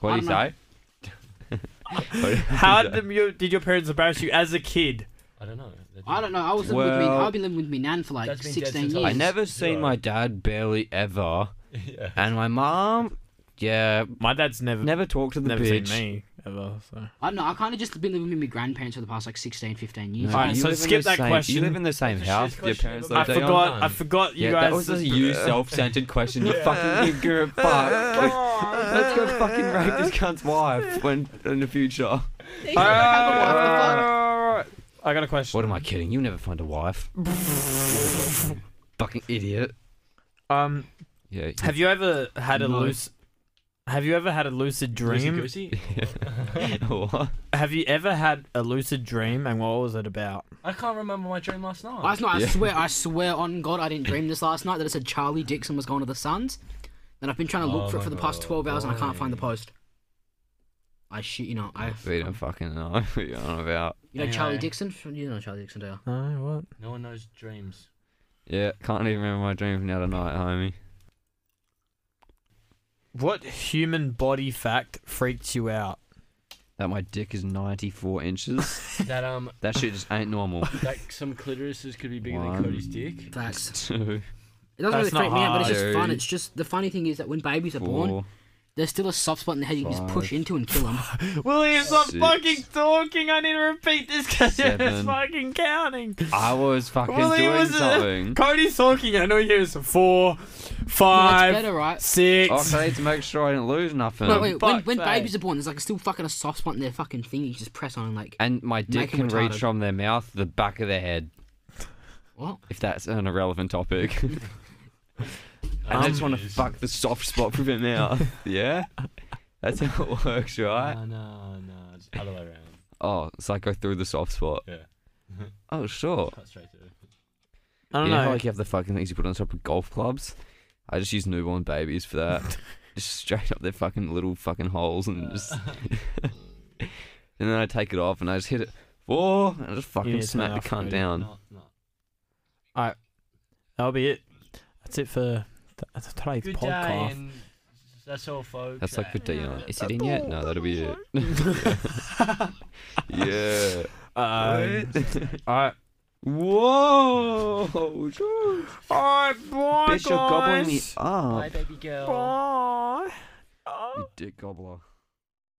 Speaker 2: What do you
Speaker 4: I
Speaker 2: say? What did you
Speaker 1: How
Speaker 2: say?
Speaker 1: did your, did your parents embarrass you as a kid?
Speaker 3: I don't know. They're
Speaker 4: I
Speaker 3: dead.
Speaker 4: don't know. I was living with me.
Speaker 2: Well-
Speaker 4: I've been living with me nan for like
Speaker 3: That's been dead
Speaker 4: 16
Speaker 3: since I
Speaker 4: years.
Speaker 3: was-
Speaker 2: I never seen
Speaker 3: Yeah.
Speaker 2: my dad barely ever,
Speaker 3: yeah.
Speaker 2: and my mom, yeah,
Speaker 1: My dad's never
Speaker 2: never talked to the
Speaker 1: never
Speaker 2: bitch.
Speaker 1: seen me ever. So.
Speaker 4: I don't know. I kind of just been living with my grandparents for the past like 16, 15 years.
Speaker 2: No,
Speaker 1: Alright,
Speaker 2: you
Speaker 1: so
Speaker 2: live in
Speaker 1: skip
Speaker 2: the
Speaker 1: that
Speaker 2: same- You
Speaker 1: question.
Speaker 2: live in the same
Speaker 3: That's a
Speaker 2: house.
Speaker 3: shit
Speaker 2: Your
Speaker 3: question,
Speaker 2: parents
Speaker 3: but
Speaker 1: I
Speaker 2: live
Speaker 3: they
Speaker 1: forgot.
Speaker 3: aren't.
Speaker 1: I forgot you
Speaker 2: yeah,
Speaker 1: guys.
Speaker 2: that was a you self-centered question. You fucking you grew fuck. Let's go fucking rape this cunt's wife when in the future.
Speaker 1: Uh, I got a question.
Speaker 2: What am I kidding? You never find a wife. fucking idiot.
Speaker 1: Um,
Speaker 2: Yeah.
Speaker 1: have you ever had a
Speaker 4: No.
Speaker 1: loose? Have you ever had a lucid dream?
Speaker 3: Goosey, goosey?
Speaker 2: what?
Speaker 1: Have you ever had a lucid dream, and what was it about?
Speaker 3: I I can't remember my dream last night.
Speaker 4: I, was not, I
Speaker 2: Yeah.
Speaker 4: swear, I swear on God, I didn't dream this last night that it said Charlie Dixon was going to the Suns. And I've been trying to look
Speaker 3: Oh
Speaker 4: for it
Speaker 3: my
Speaker 4: for the past
Speaker 3: God,
Speaker 4: 12 hours and I can't find the
Speaker 3: why?
Speaker 4: post. I shit, you know, I.
Speaker 2: We don't fucking know what you're on about.
Speaker 4: You know Charlie
Speaker 3: Anyway.
Speaker 4: Dixon? You know Charlie Dixon, do you?
Speaker 1: No, what?
Speaker 3: no one knows dreams.
Speaker 2: Yeah, can't even remember my dream from the other night, homie.
Speaker 1: What human body fact freaked you out?
Speaker 2: That my dick is 94 inches.
Speaker 3: that um,
Speaker 2: that shit just ain't normal.
Speaker 3: that some clitorises could be bigger
Speaker 2: One.
Speaker 3: than Cody's dick.
Speaker 4: Facts.
Speaker 2: Two,
Speaker 4: It doesn't
Speaker 1: That's
Speaker 4: really
Speaker 1: not
Speaker 4: freak me out, but it's just
Speaker 2: hard.
Speaker 4: fun. It's just the funny thing is that when babies are born,
Speaker 2: four.
Speaker 4: there's still a soft spot in the head you can just push
Speaker 2: Five.
Speaker 4: into and kill them.
Speaker 1: William,
Speaker 2: stop Six. fucking
Speaker 1: talking. I need to repeat this because
Speaker 2: you're just Seven.
Speaker 1: fucking counting.
Speaker 2: I was fucking
Speaker 1: Well, he
Speaker 2: doing
Speaker 1: was a-
Speaker 2: something.
Speaker 1: Cody's talking. I know he was four,
Speaker 4: That's
Speaker 1: five,
Speaker 4: better, right?
Speaker 1: six.
Speaker 2: Okay, to make sure I didn't lose nothing.
Speaker 4: Wait, wait. When,
Speaker 1: fuck's
Speaker 4: when
Speaker 1: sake.
Speaker 4: babies are born, there's like still fucking a soft spot in their fucking thing. You just press on and like
Speaker 2: And my dick
Speaker 4: Make
Speaker 2: can
Speaker 4: him
Speaker 2: reach
Speaker 4: retarded.
Speaker 2: from their mouth to the back of their head,
Speaker 4: what?
Speaker 2: if that's an irrelevant topic. I
Speaker 3: Um,
Speaker 2: just want to fuck the soft spot from their mouth. yeah? That's how it works, right?
Speaker 3: No, no, no, it's the other way around.
Speaker 2: Oh, it's like go through the soft spot.
Speaker 3: Yeah,
Speaker 2: Oh, sure.
Speaker 3: cut straight through.
Speaker 1: I don't
Speaker 2: you know, how,
Speaker 1: know.
Speaker 2: like you have the fucking things you put on top of golf clubs. I just use newborn babies for that. just straight up their fucking little fucking holes
Speaker 3: Uh.
Speaker 2: and just. and then I take it off and I just hit it. Four, and I just
Speaker 1: need
Speaker 2: fucking
Speaker 1: to
Speaker 2: smack the
Speaker 1: turn
Speaker 2: cunt
Speaker 1: off,
Speaker 2: down.
Speaker 3: Not, not.
Speaker 1: That'll be it. That's it for th- today's
Speaker 3: Good day,
Speaker 1: podcast.
Speaker 3: and that's all, folks. Uh,
Speaker 2: That's like for Dion. Is it
Speaker 1: That's
Speaker 2: in yet?
Speaker 1: all.
Speaker 2: No, that'll be it. yeah.
Speaker 1: Um, all right.
Speaker 2: Whoa, George.
Speaker 1: All right, bye,
Speaker 2: Bitch, you're gobbling me up.
Speaker 3: Bye, baby girl.
Speaker 1: Bye.
Speaker 2: You dick gobbler.